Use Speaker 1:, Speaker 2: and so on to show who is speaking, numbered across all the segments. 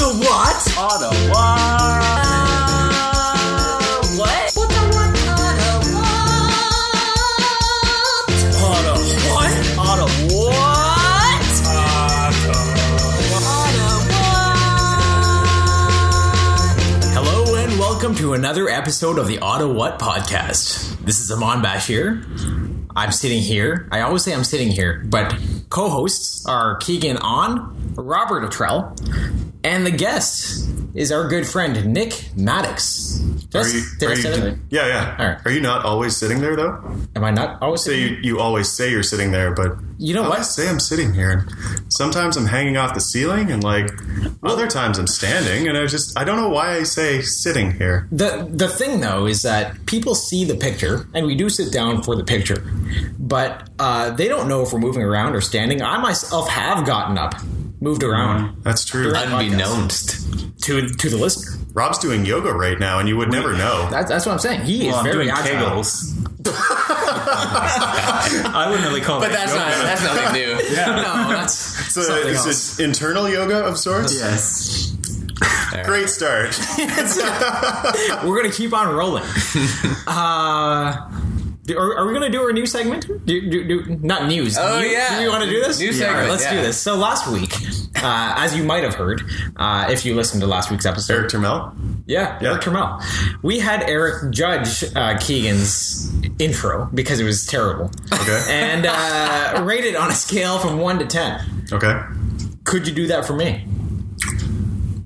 Speaker 1: what?
Speaker 2: Ottawa.
Speaker 1: Uh, what? What the what? Uh, the
Speaker 2: Ottawa.
Speaker 1: what?
Speaker 2: Ottawa.
Speaker 1: What?
Speaker 2: Hello and welcome to another episode of the Auto What podcast. This is Amon Bashir. I'm sitting here. I always say I'm sitting here, but co-hosts are Keegan On, Robert Ottrell, and the guest is our good friend Nick Maddox. Did I-
Speaker 3: Are you,
Speaker 2: did I
Speaker 3: are you-
Speaker 2: say that right?
Speaker 3: yeah, yeah.
Speaker 2: All right.
Speaker 3: Are you not always sitting there though?
Speaker 2: Am I not always
Speaker 3: So you, you always say you're sitting there, but
Speaker 2: You know
Speaker 3: I
Speaker 2: what?
Speaker 3: always say I'm sitting here. And sometimes I'm hanging off the ceiling, and like other times I'm standing, and I just I don't know why I say sitting here.
Speaker 2: The the thing though is that people see the picture, and we do sit down for the picture, but uh, they don't know if we're moving around or standing. I myself have gotten up, moved around
Speaker 3: That's true.
Speaker 4: unbeknownst.
Speaker 2: to to the listener.
Speaker 3: Rob's doing yoga right now, and you would never know.
Speaker 2: That, that's what I'm saying. He
Speaker 4: Well,
Speaker 2: is
Speaker 4: I'm
Speaker 2: very
Speaker 4: doing
Speaker 2: agile.
Speaker 4: kegels. I wouldn't really call
Speaker 3: But
Speaker 4: it
Speaker 3: that's
Speaker 4: yoga.
Speaker 3: not-
Speaker 4: that's nothing new.
Speaker 2: No, that's
Speaker 3: It's, a,
Speaker 2: something else.
Speaker 3: it's an internal yoga of sorts.
Speaker 4: Yes.
Speaker 3: Great start.
Speaker 2: We're gonna keep on rolling. uh, do- are, are we gonna do our new segment? Do, do, do, not news.
Speaker 4: Oh,
Speaker 2: You-
Speaker 4: yeah.
Speaker 2: Do you want to do this?
Speaker 4: New
Speaker 2: Yeah.
Speaker 4: segment,
Speaker 2: All right, let's
Speaker 4: yeah.
Speaker 2: do this. So last week, uh, as you might have heard, uh, if you listened to last week's episode,
Speaker 3: Eric Termel.
Speaker 2: Yeah,
Speaker 3: Yeah.
Speaker 2: Eric Trammell. We had Eric judge uh, Keegan's intro because it was terrible,
Speaker 3: Okay.
Speaker 2: and uh, rated on a scale from one to ten.
Speaker 3: Okay.
Speaker 2: Could you do that for me?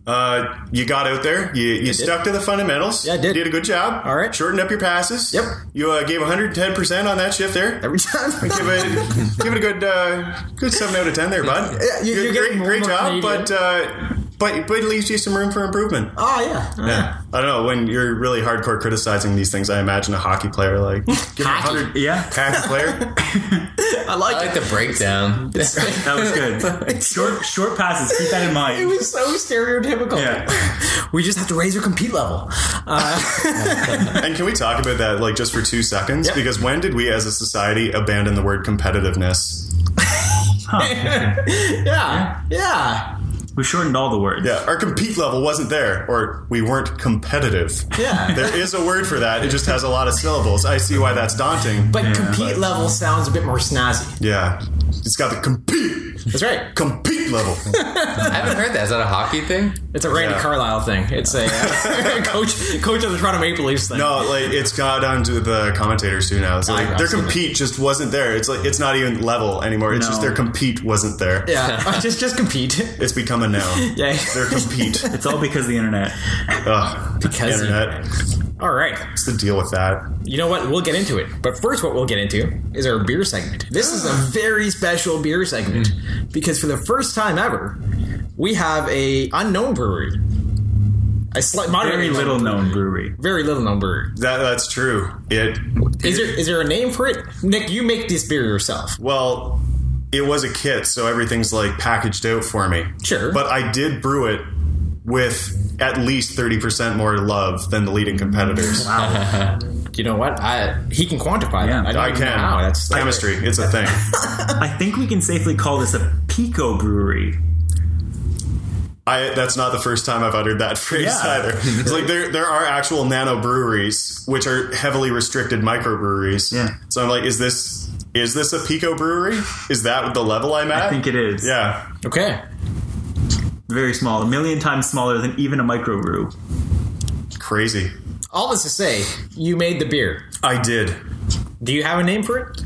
Speaker 3: Uh, you got out there. You, you stuck to the fundamentals.
Speaker 2: Yeah, I did.
Speaker 3: You did a good job.
Speaker 2: All right.
Speaker 3: Shortened up your passes.
Speaker 2: Yep.
Speaker 3: You uh, gave 110% on that shift there.
Speaker 2: Every time.
Speaker 3: give it give it a good uh, good seven out of ten there, bud.
Speaker 2: Yeah, you-
Speaker 3: Good-
Speaker 2: you're
Speaker 3: great
Speaker 2: getting
Speaker 3: great
Speaker 2: more
Speaker 3: job,
Speaker 2: Canadian.
Speaker 3: but uh, but but it leaves you some room for improvement.
Speaker 2: oh yeah.
Speaker 3: Yeah. I don't know when you're really hardcore criticizing these things. I imagine a hockey player like give him a
Speaker 2: Hockey.
Speaker 3: hundred
Speaker 4: Yeah.
Speaker 3: hockey player.
Speaker 2: I like
Speaker 4: I like the breakdown.
Speaker 2: it.
Speaker 4: That's
Speaker 5: That was good. Short short passes. Keep that in
Speaker 2: It
Speaker 5: mind.
Speaker 2: was so stereotypical.
Speaker 5: Yeah.
Speaker 2: We just have to raise our compete level. Uh,
Speaker 3: And can we talk about that like just for two seconds?
Speaker 2: Yep.
Speaker 3: Because when did we as a society abandon the word competitiveness?
Speaker 2: Yeah, yeah,
Speaker 5: We shortened all the words.
Speaker 3: Yeah, our compete level wasn't there, or we weren't competitive.
Speaker 2: yeah.
Speaker 3: There is a word for that. It just has a lot of syllables. I see why that's daunting.
Speaker 2: But compete level sounds a bit more snazzy.
Speaker 3: yeah, it's got the compete
Speaker 2: That's right.
Speaker 3: compete level.
Speaker 4: I haven't heard that. Is that a hockey thing?
Speaker 2: It's a Randy
Speaker 3: Yeah.
Speaker 2: Carlisle thing. It's a uh, coach, coach of the Toronto Maple Leafs thing.
Speaker 3: No, like it's got onto the commentators too now. It's like
Speaker 2: I- I've
Speaker 3: their
Speaker 2: seen
Speaker 3: compete just wasn't there. It's like it's not even level anymore. It's
Speaker 5: No.
Speaker 3: just their compete wasn't there.
Speaker 2: Yeah, just just compete.
Speaker 3: It's become a noun.
Speaker 2: Yeah.
Speaker 3: Their compete.
Speaker 5: It's all because of the internet.
Speaker 3: Ugh,
Speaker 2: Because-
Speaker 3: internet.
Speaker 2: All right.
Speaker 3: What's the deal with that?
Speaker 2: You know what? We'll get into it. But first, what we'll get into is our beer segment. This is a very special beer segment because for the first time ever, we have a unknown brewery. A slight,
Speaker 5: Very
Speaker 2: moderately
Speaker 5: little known brewery.
Speaker 2: very little known brewery.
Speaker 3: That that's true. It
Speaker 2: Is there is there a name for it? Nick, you make this beer yourself.
Speaker 3: well, it was a kit, so everything's like packaged out for me.
Speaker 2: Sure.
Speaker 3: But I did brew it with at least thirty percent more love than the leading competitors.
Speaker 5: Wow.
Speaker 2: You know what? I he can quantify
Speaker 5: Yeah.
Speaker 2: that. don't
Speaker 3: I
Speaker 2: even
Speaker 3: can.
Speaker 2: know how. That's
Speaker 3: chemistry. It's a thing.
Speaker 5: I think we can safely call this a pico brewery.
Speaker 3: I, that's not the first time I've uttered that phrase
Speaker 5: Yeah.
Speaker 3: either. It's like there there are actual nano breweries which are heavily restricted microbreweries.
Speaker 5: Yeah.
Speaker 3: So I'm like, is this is this a pico brewery? Is that the level I'm at?
Speaker 5: I think it is.
Speaker 3: Yeah.
Speaker 2: Okay.
Speaker 5: Very small. A million times smaller than even a micro brew.
Speaker 3: Crazy.
Speaker 2: All this to say, you made the beer.
Speaker 3: I did.
Speaker 2: Do you have a name for it?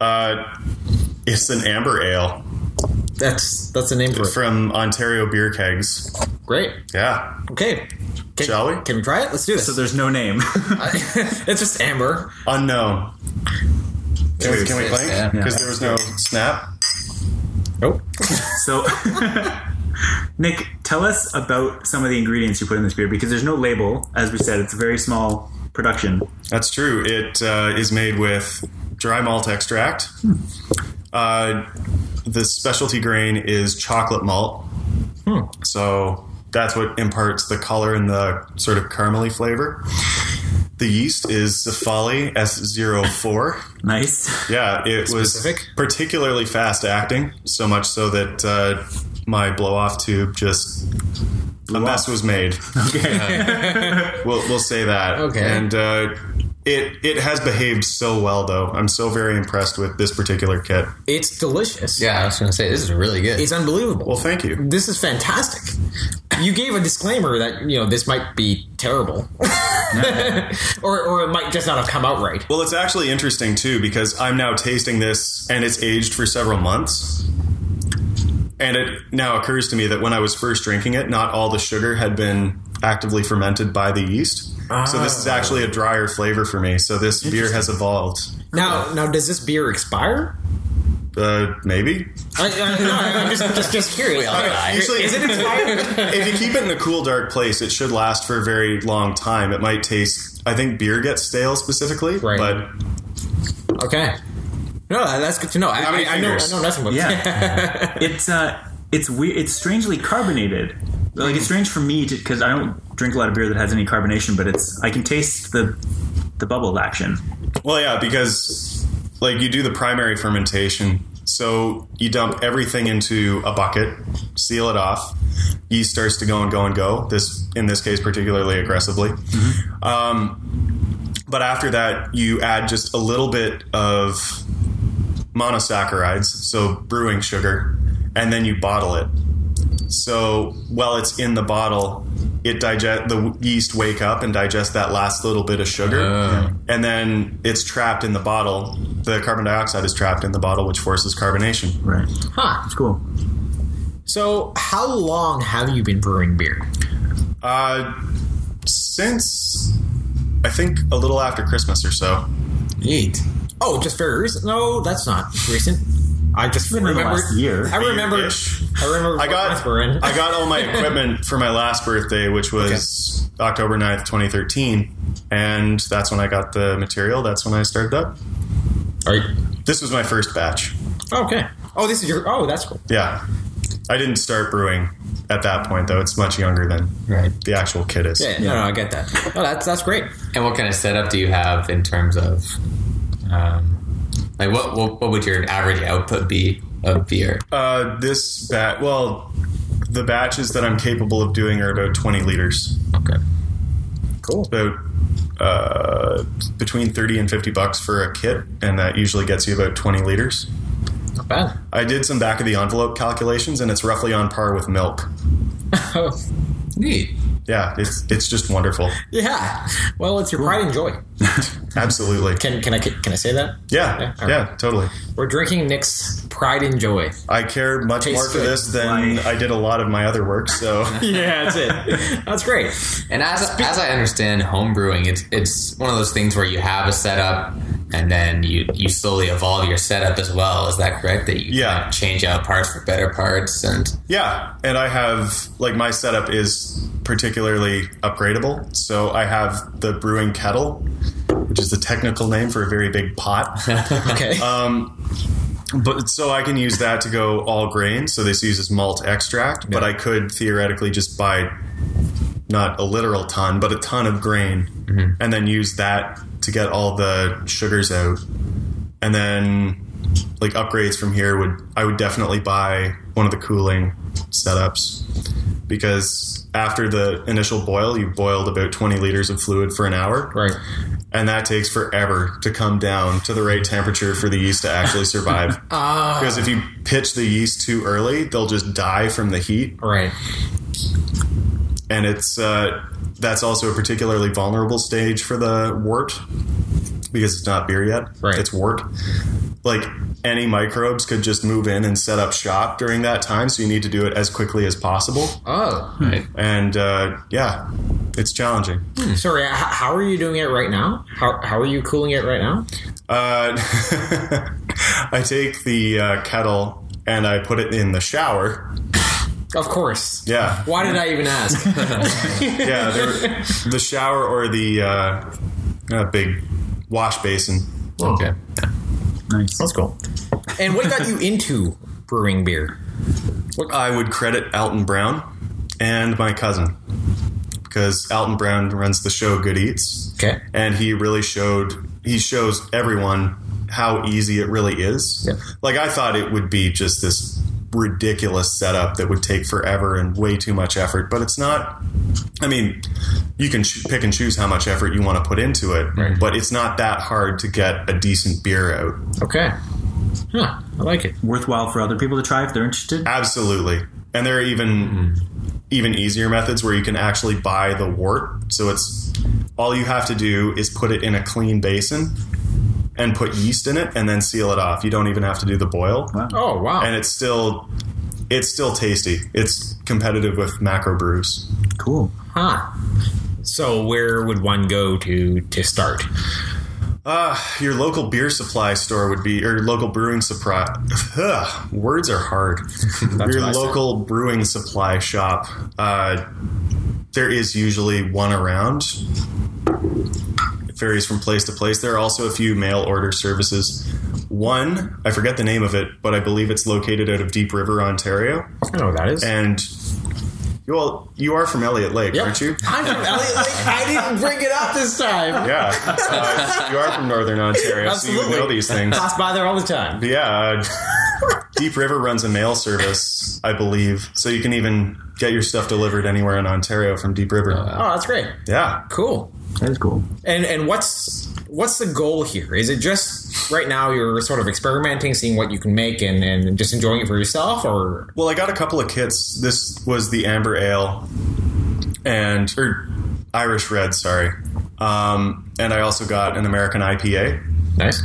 Speaker 3: Uh, it's an amber ale
Speaker 2: That's that's the name for it.
Speaker 3: from Ontario Beer Kegs.
Speaker 2: Great.
Speaker 3: Yeah.
Speaker 2: Okay. Can,
Speaker 3: Shall we?
Speaker 2: Can we try it? Let's do this.
Speaker 5: So there's no name.
Speaker 2: it's just amber.
Speaker 3: Unknown. Can we, can we
Speaker 4: Yes,
Speaker 3: play?
Speaker 4: yeah.
Speaker 3: Because there was no snap.
Speaker 2: Oh,
Speaker 5: so Nick, tell us about some of the ingredients you put in this beer because there's no label. As we said, it's a very small production.
Speaker 3: That's true. It uh, is made with dry malt extract.
Speaker 4: Hmm.
Speaker 3: Uh, the specialty grain is chocolate malt.
Speaker 4: Hmm.
Speaker 3: So that's what imparts the color and the sort of caramely flavor. The yeast is Cephali S04.
Speaker 5: Nice.
Speaker 3: Yeah, it
Speaker 2: Specific?
Speaker 3: was particularly fast acting, so much so that uh, my blow off tube just a mess was made.
Speaker 5: Okay.
Speaker 3: We'll we'll say that.
Speaker 2: Okay.
Speaker 3: And uh, it it has behaved so well though. I'm so very impressed with this particular kit.
Speaker 2: It's delicious.
Speaker 4: Yeah, I was gonna say this is really good.
Speaker 2: It's unbelievable.
Speaker 3: Well, thank you.
Speaker 2: this is fantastic. You gave a disclaimer that you know this might be terrible, or or it might just not have come out right.
Speaker 3: Well, it's actually interesting too because I'm now tasting this and it's aged for several months. And it now occurs to me that when I was first drinking it, not all the sugar had been actively fermented by the yeast. So this is actually a drier flavor for me. So this beer has evolved.
Speaker 2: Now now does this beer expire?
Speaker 3: Uh, maybe.
Speaker 2: I, I, no, I'm just just, just curious.
Speaker 4: Well, I-
Speaker 3: Usually,
Speaker 2: Uh, is it expired?
Speaker 3: if you keep it in a cool, dark place, it should last for a very long time. It might taste. I think beer gets stale specifically,
Speaker 2: Right.
Speaker 3: but
Speaker 2: okay. No, that's good to know. I,
Speaker 3: How many
Speaker 2: I, I know I
Speaker 3: fingers?
Speaker 2: know nothing about
Speaker 5: Yeah. it's uh, it's weird. It's strangely carbonated. Like it's strange for me because I don't drink a lot of beer that has any carbonation, but it's I can taste the the bubble action.
Speaker 3: Well, yeah, because like you do the primary fermentation, so you dump everything into a bucket, seal it off. Yeast starts to go and go and go. This, in this case, particularly aggressively. Um, but after that, you add just a little bit of monosaccharides, so brewing sugar, and then you bottle it. So while it's in the bottle, it digest the yeast wake up and digest that last little bit of sugar, and then it's trapped in the bottle. The carbon dioxide is trapped in the bottle, which forces carbonation.
Speaker 5: Right.
Speaker 2: it. Huh.
Speaker 5: It's cool.
Speaker 2: So how long have you been brewing beer?
Speaker 3: Uh, since I think a little after Christmas or so.
Speaker 2: Eight. Oh, just very recent. No, that's not recent. I just
Speaker 5: Been in the
Speaker 2: remember
Speaker 5: last year.
Speaker 2: I remember.
Speaker 3: Year-ish.
Speaker 2: I remember.
Speaker 3: I
Speaker 2: what month
Speaker 3: got
Speaker 2: We're in.
Speaker 3: I got all my equipment for my last birthday, which was October 9th, 2013. And that's when I got the material. That's when I started up.
Speaker 2: Are you-
Speaker 3: This was my first batch.
Speaker 2: okay. Oh, this is your. Oh, that's cool.
Speaker 3: Yeah. I didn't start brewing at that point, though. It's much younger than
Speaker 2: Right.
Speaker 3: the actual kit is.
Speaker 2: Yeah, no, no, I get that. Oh, that's that's great.
Speaker 4: and what kind of setup do you have in terms of, um, like what, what what would your average output be of beer?
Speaker 3: Uh, this bat, well, the batches that I'm capable of doing are about 20 liters.
Speaker 2: Okay, cool.
Speaker 3: About uh, between 30 and 50 bucks for a kit, and that usually gets you about 20 liters.
Speaker 2: Not bad.
Speaker 3: I did some back of the envelope calculations, and it's roughly on par with milk.
Speaker 2: Oh,
Speaker 4: Neat.
Speaker 3: Yeah, it's it's just wonderful.
Speaker 2: yeah. Well, it's your pride and joy.
Speaker 3: Absolutely.
Speaker 2: Can can I can I say that?
Speaker 3: Yeah,
Speaker 2: Yeah.
Speaker 3: yeah, totally.
Speaker 2: We're drinking Nick's pride and joy.
Speaker 3: I care much
Speaker 2: Tastes
Speaker 3: more for
Speaker 2: good.
Speaker 3: this than
Speaker 5: Why?
Speaker 3: I did a lot of my other work. So
Speaker 2: Yeah, that's it. that's great.
Speaker 4: And as, as I understand home brewing, it's it's one of those things where you have a setup and then you, you slowly evolve your setup as well. Is that correct? That you
Speaker 3: Yeah.
Speaker 4: kind of change out parts for better parts and
Speaker 3: Yeah, and I have like my setup is particularly upgradable. So I have the brewing kettle, which is the technical name for a very big pot. Um,
Speaker 2: Okay.
Speaker 3: but so I can use that to go all grain. So this uses malt extract, but I could theoretically just buy not a literal ton, but a ton of grain, and then use that to get all the sugars out. And then like upgrades from here would I would definitely buy one of the cooling setups because after the initial boil, you boiled about 20 liters of fluid for an hour
Speaker 2: right.
Speaker 3: and that takes forever to come down to the right temperature for the yeast to actually survive. Because if you pitch the yeast too early, they'll just die from the heat,
Speaker 2: Right.
Speaker 3: and it's uh, that's also a particularly vulnerable stage for the wort because it's not beer yet.
Speaker 2: Right.
Speaker 3: It's wort. Like any microbes could just move in and set up shop during that time, so you need to do it as quickly as possible.
Speaker 2: Oh,
Speaker 4: right.
Speaker 3: And uh, yeah, it's challenging.
Speaker 2: sorry. h- How are you doing it right now? How how are you cooling it right now?
Speaker 3: Uh, I take the uh, kettle and I put it in the shower.
Speaker 2: Of course.
Speaker 3: Yeah,
Speaker 2: Why did I even ask?
Speaker 3: yeah. there- the shower or the uh, uh, big wash basin.
Speaker 4: Okay.
Speaker 5: Nice.
Speaker 3: That's cool.
Speaker 2: and what got you into brewing beer?
Speaker 3: I would credit Alton Brown and my cousin because Alton Brown runs the show Good Eats,
Speaker 2: Okay.
Speaker 3: and he really showed he shows everyone how easy it really is.
Speaker 2: Yeah.
Speaker 3: Like I thought it would be just this ridiculous setup that would take forever and way too much effort. But it's not. I mean, you can ch- pick and choose how much effort you want to put into it,
Speaker 4: Right.
Speaker 3: but it's not that hard to get a decent beer out.
Speaker 2: Okay. Huh. I like it.
Speaker 5: Worthwhile for other people to try if they're interested.
Speaker 3: Absolutely. And there are even even easier methods where you can actually buy the wort. So it's all you have to do is put it in a clean basin and put yeast in it and then seal it off. You don't even have to do the boil.
Speaker 5: Wow.
Speaker 2: Oh wow.
Speaker 3: And it's still it's still tasty. It's competitive with macro brews.
Speaker 5: Cool.
Speaker 2: huh. So where would one go to to start?
Speaker 3: Uh, your local beer supply store would be, or local brewing supply. Ugh, words are hard. your
Speaker 2: what I said.
Speaker 3: local brewing supply shop. Uh, there is usually one around. It varies from place to place. There are also a few mail order services. One, I forget the name of it, but I believe it's located out of Deep River, Ontario.
Speaker 2: I don't know what that is.
Speaker 3: And well, you are from Elliott Lake,
Speaker 2: Yep.
Speaker 3: aren't you?
Speaker 2: I'm from Elliot Lake. I didn't bring it up this time.
Speaker 3: Yeah, Uh, you are from Northern Ontario, so you
Speaker 2: Absolutely.
Speaker 3: know these things.
Speaker 2: Pass by there all the time.
Speaker 3: Yeah. uh, Deep River runs a mail service, I believe. So you can even get your stuff delivered anywhere in Ontario from Deep River.
Speaker 2: Oh, that's great.
Speaker 3: yeah.
Speaker 2: Cool.
Speaker 5: That is cool.
Speaker 2: And and what's what's the goal here? Is it just right now you're sort of experimenting, seeing what you can make, and, and just enjoying it for yourself, or
Speaker 3: Well, I got a couple of kits. This was the Amber Ale and or Irish Red, sorry. Um, and I also got an American IPA.
Speaker 2: nice?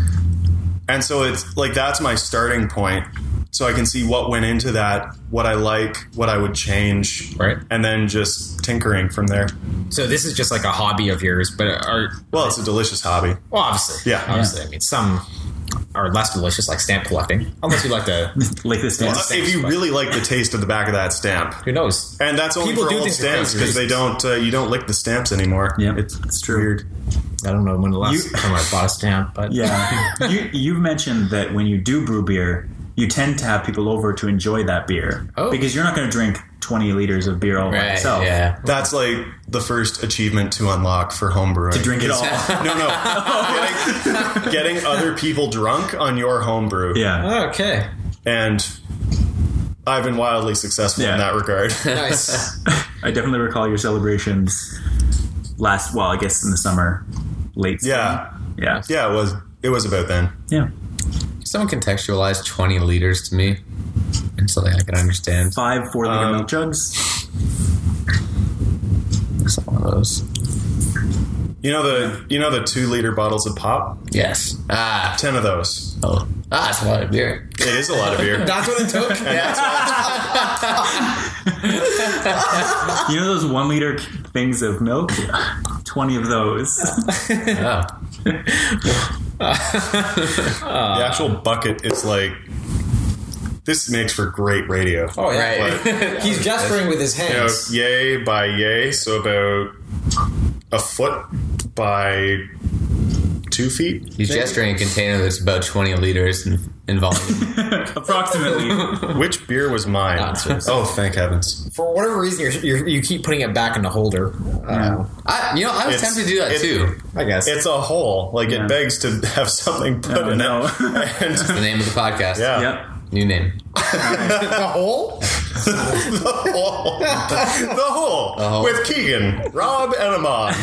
Speaker 3: And so it's like that's my starting point. So I can see what went into that, what I like, what I would change,
Speaker 2: Right.
Speaker 3: and then just tinkering from there.
Speaker 2: So this is just like a hobby of yours, but are
Speaker 3: Well, it's a delicious hobby.
Speaker 2: well, obviously,
Speaker 3: Yeah.
Speaker 2: obviously. I mean, some are less delicious, like stamp collecting, unless you like to.
Speaker 5: Like this thing.
Speaker 3: Well, if you really like the taste of the back of that stamp,
Speaker 2: Who knows?
Speaker 3: and that's only
Speaker 2: People
Speaker 3: for
Speaker 2: do
Speaker 3: old
Speaker 2: things for
Speaker 3: stamps
Speaker 2: crazy
Speaker 3: because they don't uh, you don't lick the stamps anymore.
Speaker 5: Yeah,
Speaker 3: it's,
Speaker 5: it's true.
Speaker 3: weird.
Speaker 2: I don't know when the last
Speaker 5: You-
Speaker 2: time I bought a stamp, but
Speaker 5: Yeah. you you've mentioned that when you do brew beer, you tend to have people over to enjoy that beer.
Speaker 2: Oh.
Speaker 5: Because you're not going to drink 20 liters of beer all by
Speaker 4: Right,
Speaker 5: yourself.
Speaker 4: yeah.
Speaker 3: That's like the first achievement to unlock for homebrewing.
Speaker 5: To drink it all.
Speaker 3: No, no, getting, getting other people drunk on your homebrew.
Speaker 5: yeah.
Speaker 2: okay,
Speaker 3: and I've been wildly successful
Speaker 5: Yeah.
Speaker 3: in that regard.
Speaker 2: nice.
Speaker 5: I definitely recall your celebrations last, well, I guess in the summer, late spring.
Speaker 3: yeah,
Speaker 5: Yeah.
Speaker 3: yeah, it was it was about then.
Speaker 5: Yeah.
Speaker 4: Someone contextualize 20 liters to me. It's something I can understand.
Speaker 5: Five four liter
Speaker 3: Um,
Speaker 5: milk jugs.
Speaker 4: It's one of those.
Speaker 3: You know the you know the two liter bottles of pop,
Speaker 4: Yes. Ah.
Speaker 3: ten of those.
Speaker 4: Oh. Ah, it's a lot of beer.
Speaker 3: It is a lot of beer.
Speaker 2: That's what it took.
Speaker 5: You know those one liter things of milk? 20 of those.
Speaker 4: Oh.
Speaker 3: the actual bucket is like this makes for great radio.
Speaker 2: Oh yeah,
Speaker 4: Right.
Speaker 2: he's gesturing with his
Speaker 3: You know,
Speaker 2: hands.
Speaker 3: yay by yay, so about a foot by two feet.
Speaker 4: He's gesturing a container that's about 20 liters in, in volume.
Speaker 5: Approximately.
Speaker 3: Which beer was mine?
Speaker 2: Ah, it's-
Speaker 3: oh, thank heavens!
Speaker 2: For whatever reason, you're, you're, you keep putting it back in the holder. Uh,
Speaker 4: I, you know, I was
Speaker 3: It's-
Speaker 4: tempted to do that
Speaker 3: it-
Speaker 4: too.
Speaker 2: I guess.
Speaker 3: It's a hole. Like
Speaker 5: Yeah.
Speaker 3: it begs to have something put
Speaker 5: Oh,
Speaker 3: in
Speaker 5: no.
Speaker 3: it. And
Speaker 4: The name of the podcast.
Speaker 3: yeah,
Speaker 5: yep.
Speaker 4: New name.
Speaker 2: the hole?
Speaker 3: the hole, the hole
Speaker 4: hole.
Speaker 3: with Keegan, Rob, and Amon.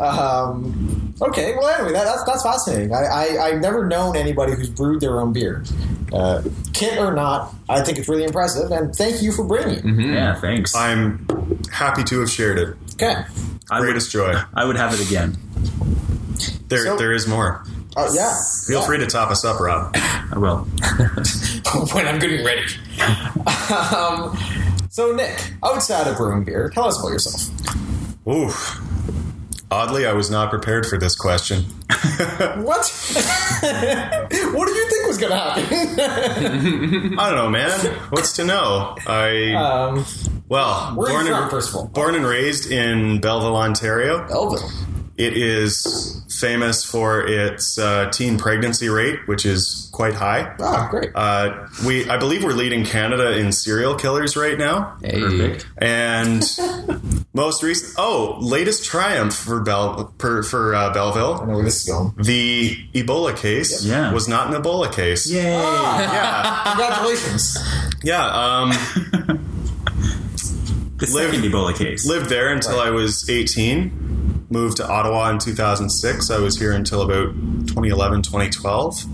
Speaker 2: Um, okay, well, anyway, that, that's, that's fascinating. I, I, I've never known anybody who's brewed their own beer. Uh, kit or not, I think it's really impressive, and thank you for bringing it.
Speaker 5: Yeah, thanks. I,
Speaker 3: I'm happy to have shared it.
Speaker 2: Okay.
Speaker 5: would,
Speaker 3: Greatest joy.
Speaker 5: I would have it again.
Speaker 3: There,
Speaker 2: So-
Speaker 3: there is more.
Speaker 2: Uh, yeah.
Speaker 3: Feel
Speaker 2: Yeah.
Speaker 3: free to top us up, Rob.
Speaker 5: I will.
Speaker 2: when I'm getting ready. um, so, Nick, outside of brewing beer, tell us about yourself.
Speaker 3: Oof. Oddly, I was not prepared for this question.
Speaker 2: What? what do you think was going to happen?
Speaker 3: I don't know, man. What's to know? I
Speaker 2: um,
Speaker 3: well,
Speaker 2: where are you
Speaker 3: born
Speaker 2: from,
Speaker 3: and,
Speaker 2: first of all?
Speaker 3: born and raised in Belleville, Ontario.
Speaker 2: Elvin.
Speaker 3: It is famous for its uh, teen pregnancy rate, which is quite high.
Speaker 2: Ah, great.
Speaker 3: Uh, we, I believe, we're leading Canada in serial killers right now,
Speaker 4: Hey.
Speaker 5: Perfect.
Speaker 3: and Most recent, oh, latest triumph for Bell per, for uh,
Speaker 6: I
Speaker 3: Belleville.
Speaker 6: know where this is going.
Speaker 3: The Ebola case
Speaker 5: Yeah.
Speaker 3: was not an Ebola case.
Speaker 5: Yay!
Speaker 3: Yeah,
Speaker 6: Congratulations.
Speaker 3: yeah. Um,
Speaker 5: the
Speaker 3: live-
Speaker 5: second Ebola case.
Speaker 3: lived there until I was 18. Moved to Ottawa in 2006. I was here until about 2011, 2012.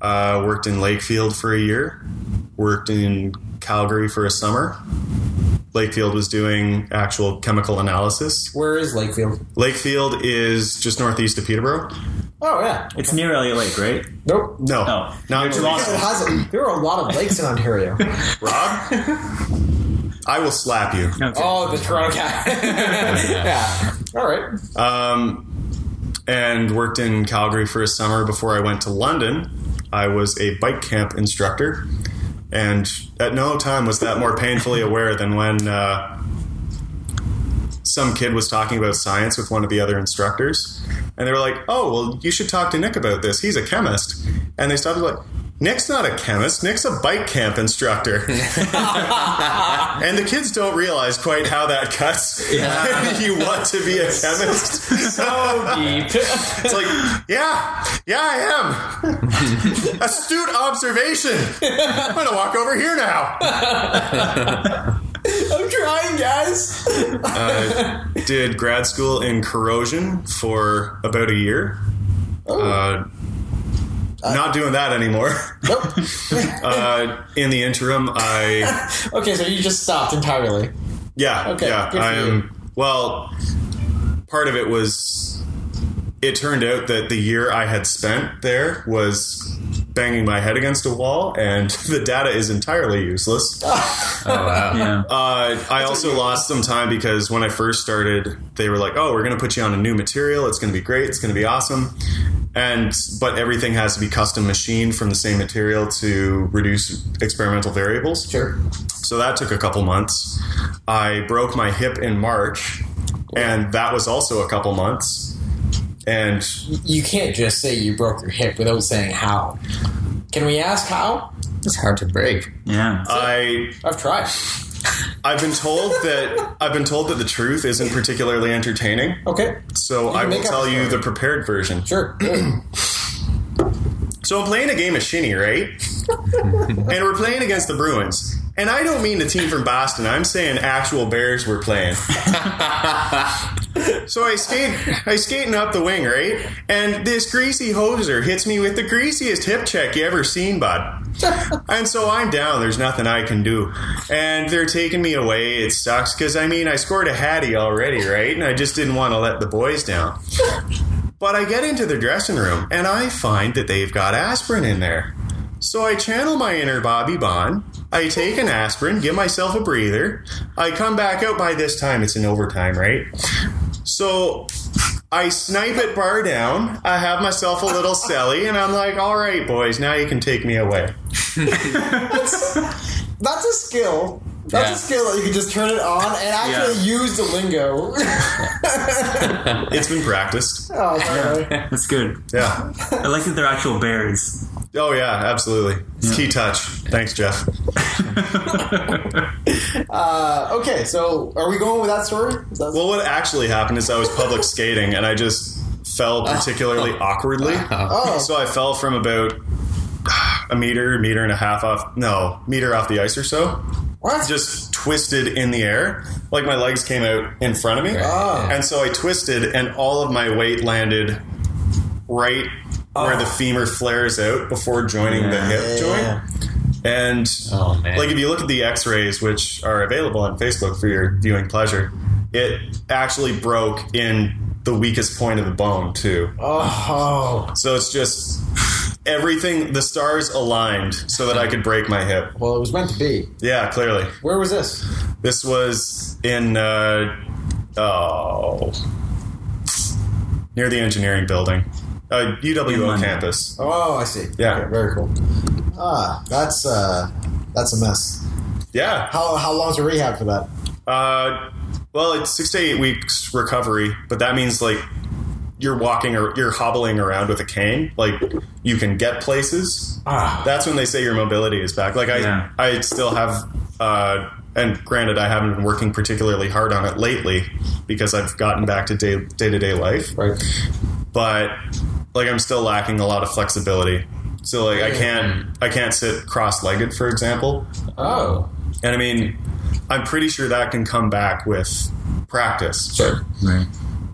Speaker 3: Uh, worked in Lakefield for a year. Worked in Calgary for a summer. Lakefield was doing actual chemical analysis.
Speaker 6: Where is Lakefield?
Speaker 3: Lakefield is just northeast of Peterborough.
Speaker 6: Oh yeah.
Speaker 5: it's near Elliott Lake, right?
Speaker 6: Nope.
Speaker 3: No,
Speaker 5: No.
Speaker 3: not
Speaker 5: It's Toronto.
Speaker 6: It has it. There are a lot of lakes in Ontario.
Speaker 3: Rob. I will slap you.
Speaker 5: Okay.
Speaker 6: Oh, the Toronto guy. yeah. All right.
Speaker 3: um, and worked in Calgary for a summer before I went to London. I was a bike camp instructor, and at no time was that more painfully aware than when uh, some kid was talking about science with one of the other instructors, and they were like, "Oh, well, you should talk to Nick about this. He's a chemist." And they stopped and were like. Nick's not a chemist. Nick's a bike camp instructor, and the kids don't realize quite how that cuts. you want to be a chemist,
Speaker 6: So deep.
Speaker 3: it's like, yeah, yeah, I am. Astute observation. I'm gonna walk over here now.
Speaker 6: I'm trying, guys.
Speaker 3: Uh, Did grad school in corrosion for about a year. Uh, not doing that anymore.
Speaker 6: Nope.
Speaker 3: Uh, in the interim, I
Speaker 6: Okay, so you just stopped entirely.
Speaker 3: yeah
Speaker 6: Okay,
Speaker 3: yeah
Speaker 6: good for
Speaker 3: I
Speaker 6: you.
Speaker 3: am. Well, part of it was it turned out that the year I had spent there was banging my head against a wall, and the data is entirely useless.
Speaker 4: Oh wow.
Speaker 5: yeah.
Speaker 3: Uh, I also lost some time because when I first started, they were like, "Oh, we're going to put you on a new material. It's going to be great. It's going to be awesome." And but everything has to be custom machined from the same material to reduce experimental variables.
Speaker 6: Sure.
Speaker 3: So that took a couple months. I broke my hip in March, and that was also a couple months. And
Speaker 6: You can't just say you broke your hip without saying how. Can we ask how?
Speaker 4: It's hard to break.
Speaker 5: Yeah.
Speaker 3: I
Speaker 6: I've tried.
Speaker 3: I've been told that I've been told that the truth isn't particularly entertaining.
Speaker 6: Okay.
Speaker 3: So I will
Speaker 6: make up a
Speaker 3: tell you
Speaker 6: story.
Speaker 3: the prepared version.
Speaker 6: Sure.
Speaker 3: So I'm playing a game of shinny, right? and we're playing against the Bruins. And I don't mean the team from Boston. I'm saying actual Bears we're playing. so I skate, I skating up the wing, right? And this greasy hoser hits me with the greasiest hip check you ever seen, bud. and so I'm down. There's nothing I can do. And they're taking me away. It sucks because I mean I scored a hattie already, right? And I just didn't want to let the boys down. But I get into the dressing room and I find that they've got aspirin in there. So I channel my inner Bobby Bond. I take an aspirin, give myself a breather. I come back out by this time. It's in overtime, right? So I snipe it bar down. I have myself a little celly, and I'm like, all right, boys, now you can take me away.
Speaker 6: That's a skill. That's
Speaker 4: Yeah.
Speaker 6: a skill that you can just turn it on and actually use the lingo.
Speaker 3: It's been practiced.
Speaker 6: oh, sorry.
Speaker 5: That's good.
Speaker 3: Yeah.
Speaker 5: I like that they're actual bears.
Speaker 3: Oh, yeah, absolutely. It's key touch. Thanks, Jeff.
Speaker 6: Uh, okay, so are we going with that story? Is that-
Speaker 3: Well, what actually happened is I was public skating and I just fell particularly awkwardly.
Speaker 6: oh,
Speaker 3: So I fell from about a meter, meter and a half off, no, meter off the ice or so.
Speaker 6: what?
Speaker 3: Just twisted in the air. Like my legs came out in front of me.
Speaker 6: Oh.
Speaker 3: And so I twisted and all of my weight landed right where the femur flares out before joining the hip
Speaker 6: Ah. Yeah.
Speaker 3: joint. And
Speaker 4: Oh man.
Speaker 3: like if you look at the X-rays, which are available on Facebook for your viewing pleasure, it actually broke in the weakest point of the bone too.
Speaker 6: Oh,
Speaker 3: So it's just everything. The stars aligned so that I could break my hip.
Speaker 6: well, it was meant to be.
Speaker 3: Yeah, clearly.
Speaker 6: Where was this?
Speaker 3: This was in uh, oh near the engineering building, uh,
Speaker 5: In
Speaker 3: UWO
Speaker 5: London.
Speaker 3: campus.
Speaker 6: Oh, I see.
Speaker 3: Yeah.
Speaker 6: Okay, very cool. Ah, that's uh, that's a mess.
Speaker 3: Yeah.
Speaker 6: How how long's the rehab for that?
Speaker 3: Uh, well, it's six to eight weeks recovery, but that means like you're walking or you're hobbling around with a cane. Like you can get places.
Speaker 6: Ah,
Speaker 3: That's when they say your mobility is back. Like I,
Speaker 5: Yeah.
Speaker 3: I still have uh, and granted, I haven't been working particularly hard on it lately because I've gotten back to day to day life.
Speaker 6: Right.
Speaker 3: But like, I'm still lacking a lot of flexibility. So like, I can't I can't sit cross legged, for example.
Speaker 6: Oh.
Speaker 3: And I mean, I'm pretty sure that can come back with practice.
Speaker 6: Sure.
Speaker 5: Right.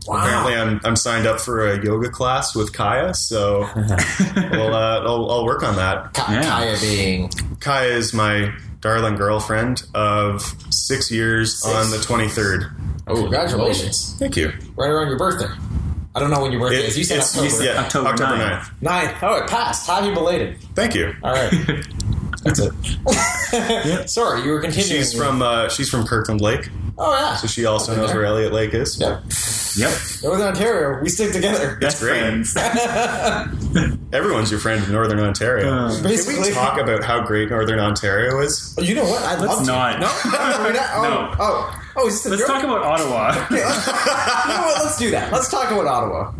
Speaker 3: Apparently, I'm, I'm signed up for a yoga class with Kaya, so we'll, uh, I'll, I'll work on that.
Speaker 6: Ka-
Speaker 5: Yeah.
Speaker 6: Kaya being
Speaker 3: Kaya is my darling girlfriend of six years on the 23rd.
Speaker 6: oh, congratulations,
Speaker 3: Thank you.
Speaker 6: right around your birthday. I don't know when your birthday is. You said
Speaker 3: it's-
Speaker 6: October.
Speaker 3: yeah,
Speaker 5: October
Speaker 3: October, 9th.
Speaker 5: ninth.
Speaker 6: Nine. Oh, it passed. Happy belated.
Speaker 3: Thank you.
Speaker 6: All right. That's it. Sorry, you were continuing.
Speaker 3: She's from uh, she's from Kirkland Lake,
Speaker 6: Oh yeah.
Speaker 3: so she also knows where Elliot Lake is.
Speaker 6: yeah.
Speaker 5: Yep.
Speaker 6: Northern Ontario. We stick together.
Speaker 5: Best
Speaker 3: great.
Speaker 5: friends.
Speaker 3: Everyone's your friend in Northern Ontario.
Speaker 5: Uh,
Speaker 3: Can we
Speaker 6: Basically-
Speaker 3: talk about how great Northern Ontario is?
Speaker 6: Oh, You know what? I'd
Speaker 5: Let's
Speaker 6: love
Speaker 5: not.
Speaker 6: to. No, Are we not? Oh,
Speaker 5: No.
Speaker 6: oh, oh. Is this
Speaker 5: Let's
Speaker 6: a
Speaker 5: talk about Ottawa.
Speaker 6: you know what? Let's do that. Let's talk about Ottawa.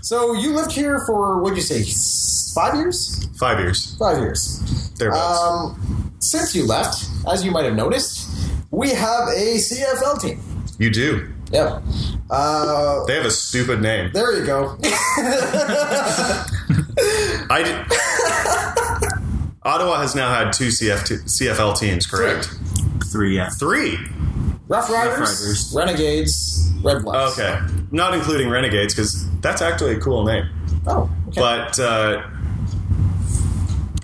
Speaker 6: So you lived here for what'd you say? s- Five years?
Speaker 3: Five years,
Speaker 6: Five years.
Speaker 3: thereabouts.
Speaker 6: Um, since you left, as you might have noticed, we have a CFL team.
Speaker 3: you do.
Speaker 6: Yep. Uh,
Speaker 3: They have a stupid name.
Speaker 6: there you go.
Speaker 3: I did. Ottawa has now had two CFT, CFL teams, correct?
Speaker 5: Three, yeah.
Speaker 3: Three.
Speaker 6: Rough Riders,
Speaker 5: Riders. Oh,
Speaker 6: Renegades, Red Blacks.
Speaker 3: Okay, not including Renegades because that's actually a cool name.
Speaker 6: Oh, okay.
Speaker 3: But uh,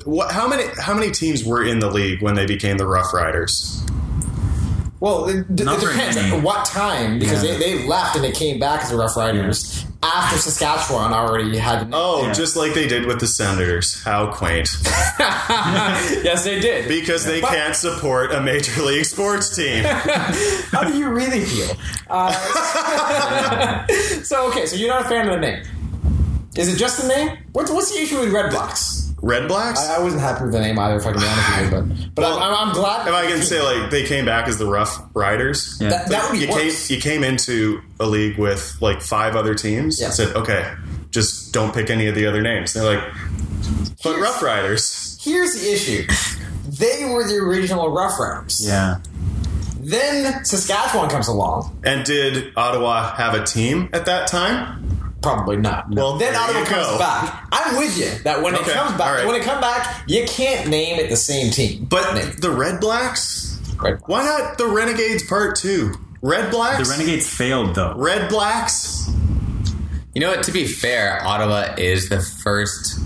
Speaker 3: what? How many? How many teams were in the league when they became the Rough Riders?
Speaker 6: Well, it, d- it
Speaker 5: Not very
Speaker 6: depends
Speaker 5: many.
Speaker 6: at what time because
Speaker 5: Yeah.
Speaker 6: they, they left and they came back as the Rough Riders after Saskatchewan already had.
Speaker 3: Oh,
Speaker 5: Yeah.
Speaker 3: just like they did with the Senators. How quaint!
Speaker 6: yes, they did.
Speaker 3: Because they
Speaker 6: But-
Speaker 3: can't support a major league sports team.
Speaker 6: How do you really feel? Uh, so okay, so you're not a fan of the name. Is it just the name? What's what's the issue with Red Blocks?
Speaker 3: Red Blacks.
Speaker 6: I, I wasn't happy with the name either, if I can be honest with you. But but I'm, I'm, I'm glad.
Speaker 3: if I can say, like they came back as the Rough Riders.
Speaker 5: Yeah.
Speaker 6: that, that would
Speaker 3: you
Speaker 6: be
Speaker 3: came,
Speaker 6: worse.
Speaker 3: you came into a league with like five other teams
Speaker 6: Yeah.
Speaker 3: and said, okay, just don't pick any of the other names. And they're like, but
Speaker 6: Here's-
Speaker 3: Rough Riders.
Speaker 6: Here's the issue. They were the original Rough Rounders.
Speaker 5: Yeah.
Speaker 6: Then Saskatchewan comes along.
Speaker 3: And did Ottawa have a team at that time?
Speaker 6: Probably not.
Speaker 3: Well,
Speaker 6: then
Speaker 3: there
Speaker 6: Ottawa
Speaker 3: you
Speaker 6: comes
Speaker 3: go.
Speaker 6: back. I'm with you that when
Speaker 3: Okay,
Speaker 6: it comes
Speaker 3: all
Speaker 6: back,
Speaker 3: right.
Speaker 6: when it come back, you can't name it the same team.
Speaker 3: But
Speaker 6: name.
Speaker 3: the Red Blacks?
Speaker 6: Red
Speaker 3: Why not the Renegades Part 2? Red
Speaker 5: The
Speaker 3: Blacks?
Speaker 5: Renegades failed, though.
Speaker 3: Red Blacks?
Speaker 4: You know what? To be fair, Ottawa is the first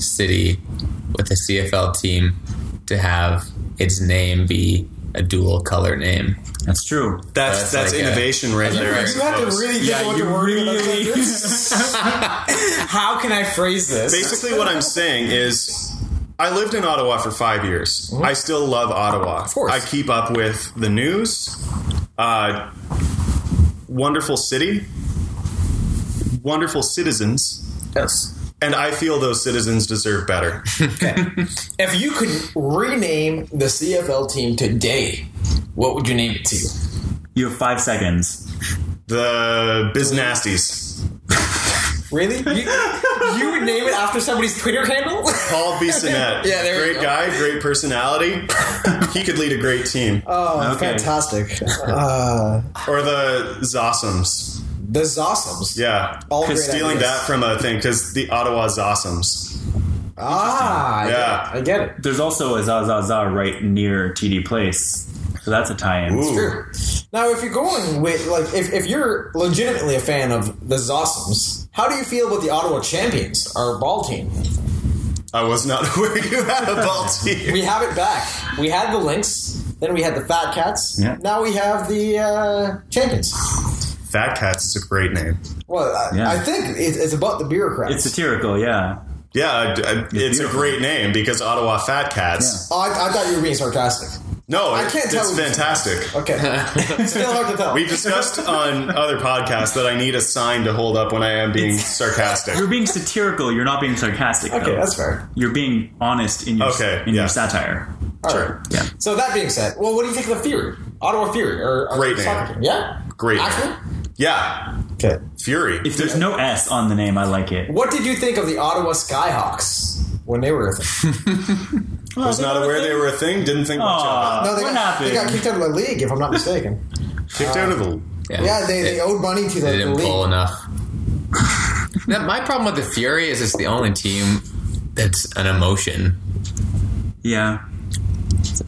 Speaker 4: city with a CFL team to have its name be a dual color name.
Speaker 5: That's true.
Speaker 3: That's,
Speaker 4: That's
Speaker 3: that's
Speaker 4: like a-
Speaker 3: innovation right there. I
Speaker 6: You have to
Speaker 3: suppose.
Speaker 6: really think
Speaker 5: Yeah,
Speaker 6: about
Speaker 5: you
Speaker 6: the wording of those
Speaker 5: really-
Speaker 6: sentences. How can I phrase this?
Speaker 3: Basically, what I'm saying is, I lived in Ottawa for five years. I still love Ottawa. Of
Speaker 6: Mm-hmm. course.
Speaker 3: I keep up with the news. Uh, wonderful city, wonderful citizens,
Speaker 6: Yes.
Speaker 3: and I feel those citizens deserve better.
Speaker 6: If you could rename the CFL team today, what would you name it to?
Speaker 5: You have five seconds.
Speaker 3: the Biznasties,
Speaker 6: Really? You, you would name it after somebody's Twitter handle?
Speaker 3: Paul Bissonnette.
Speaker 6: Yeah, there we
Speaker 3: great
Speaker 6: go.
Speaker 3: guy, great personality. he could lead a great team.
Speaker 6: Oh,
Speaker 5: Okay.
Speaker 6: fantastic. Uh,
Speaker 3: or the Zossums.
Speaker 6: the Zossums.
Speaker 3: Yeah,
Speaker 6: All great
Speaker 3: stealing
Speaker 6: ideas.
Speaker 3: that from a thing because the Ottawa Zossums.
Speaker 6: Ah,
Speaker 3: Yeah.
Speaker 6: yeah. I get it.
Speaker 5: There's also a za za za right near TD Place. So that's a tie in.
Speaker 3: Ooh.
Speaker 6: True. Now, if you're going with, like, if, if you're legitimately a fan of the Zossums, how do you feel about the Ottawa Champions, our ball team?
Speaker 3: I was not aware you had a ball team.
Speaker 6: We have it back. We had the Lynx, then we had the Fat Cats.
Speaker 5: Yeah.
Speaker 6: Now we have the uh, Champions.
Speaker 3: Fat Cats is a great name.
Speaker 6: Well, I,
Speaker 5: Yeah.
Speaker 6: I think it, it's about the bureaucrats.
Speaker 5: It's satirical, yeah.
Speaker 3: Yeah, I- I- it's, a
Speaker 5: beautiful.
Speaker 3: great name because Ottawa Fat Cats.
Speaker 6: oh, I, I thought you were being sarcastic.
Speaker 3: No,
Speaker 6: I
Speaker 3: it-
Speaker 6: can't tell
Speaker 3: It's
Speaker 6: who's-
Speaker 3: fantastic.
Speaker 6: Okay, still hard to tell.
Speaker 3: We've discussed on other podcasts that I need a sign to hold up when I am being sarcastic.
Speaker 5: You're being satirical, you're not being sarcastic.
Speaker 6: okay,
Speaker 5: though.
Speaker 6: that's fair.
Speaker 5: You're being honest in your,
Speaker 3: Okay,
Speaker 5: in
Speaker 3: yeah.
Speaker 5: your satire.
Speaker 6: All right.
Speaker 3: Sure.
Speaker 5: Yeah.
Speaker 6: So that being said, well, what do you think of the Fury, Ottawa Fury, or, or
Speaker 3: Great name.
Speaker 6: soccer team? Yeah,
Speaker 3: Great name.
Speaker 6: Actually,
Speaker 3: Yeah,
Speaker 6: okay.
Speaker 3: Fury.
Speaker 5: If there's no S on the name, I like it.
Speaker 6: What did you think of the Ottawa Skyhawks when they were a thing?
Speaker 3: Was
Speaker 5: they
Speaker 3: not
Speaker 5: were a
Speaker 3: aware they
Speaker 5: thing?
Speaker 3: were a thing. Didn't think much of
Speaker 5: Aw,
Speaker 6: No, they
Speaker 5: what
Speaker 6: got,
Speaker 5: happened?
Speaker 6: they got kicked out of the league, if I'm not mistaken.
Speaker 3: it. Kicked out of the.
Speaker 6: yeah, they, they
Speaker 4: It-
Speaker 6: owed money to the,
Speaker 4: they
Speaker 6: the
Speaker 4: didn't
Speaker 6: league.
Speaker 4: pull enough. now, my problem with the Fury is it's the only team that's an emotion.
Speaker 5: Yeah.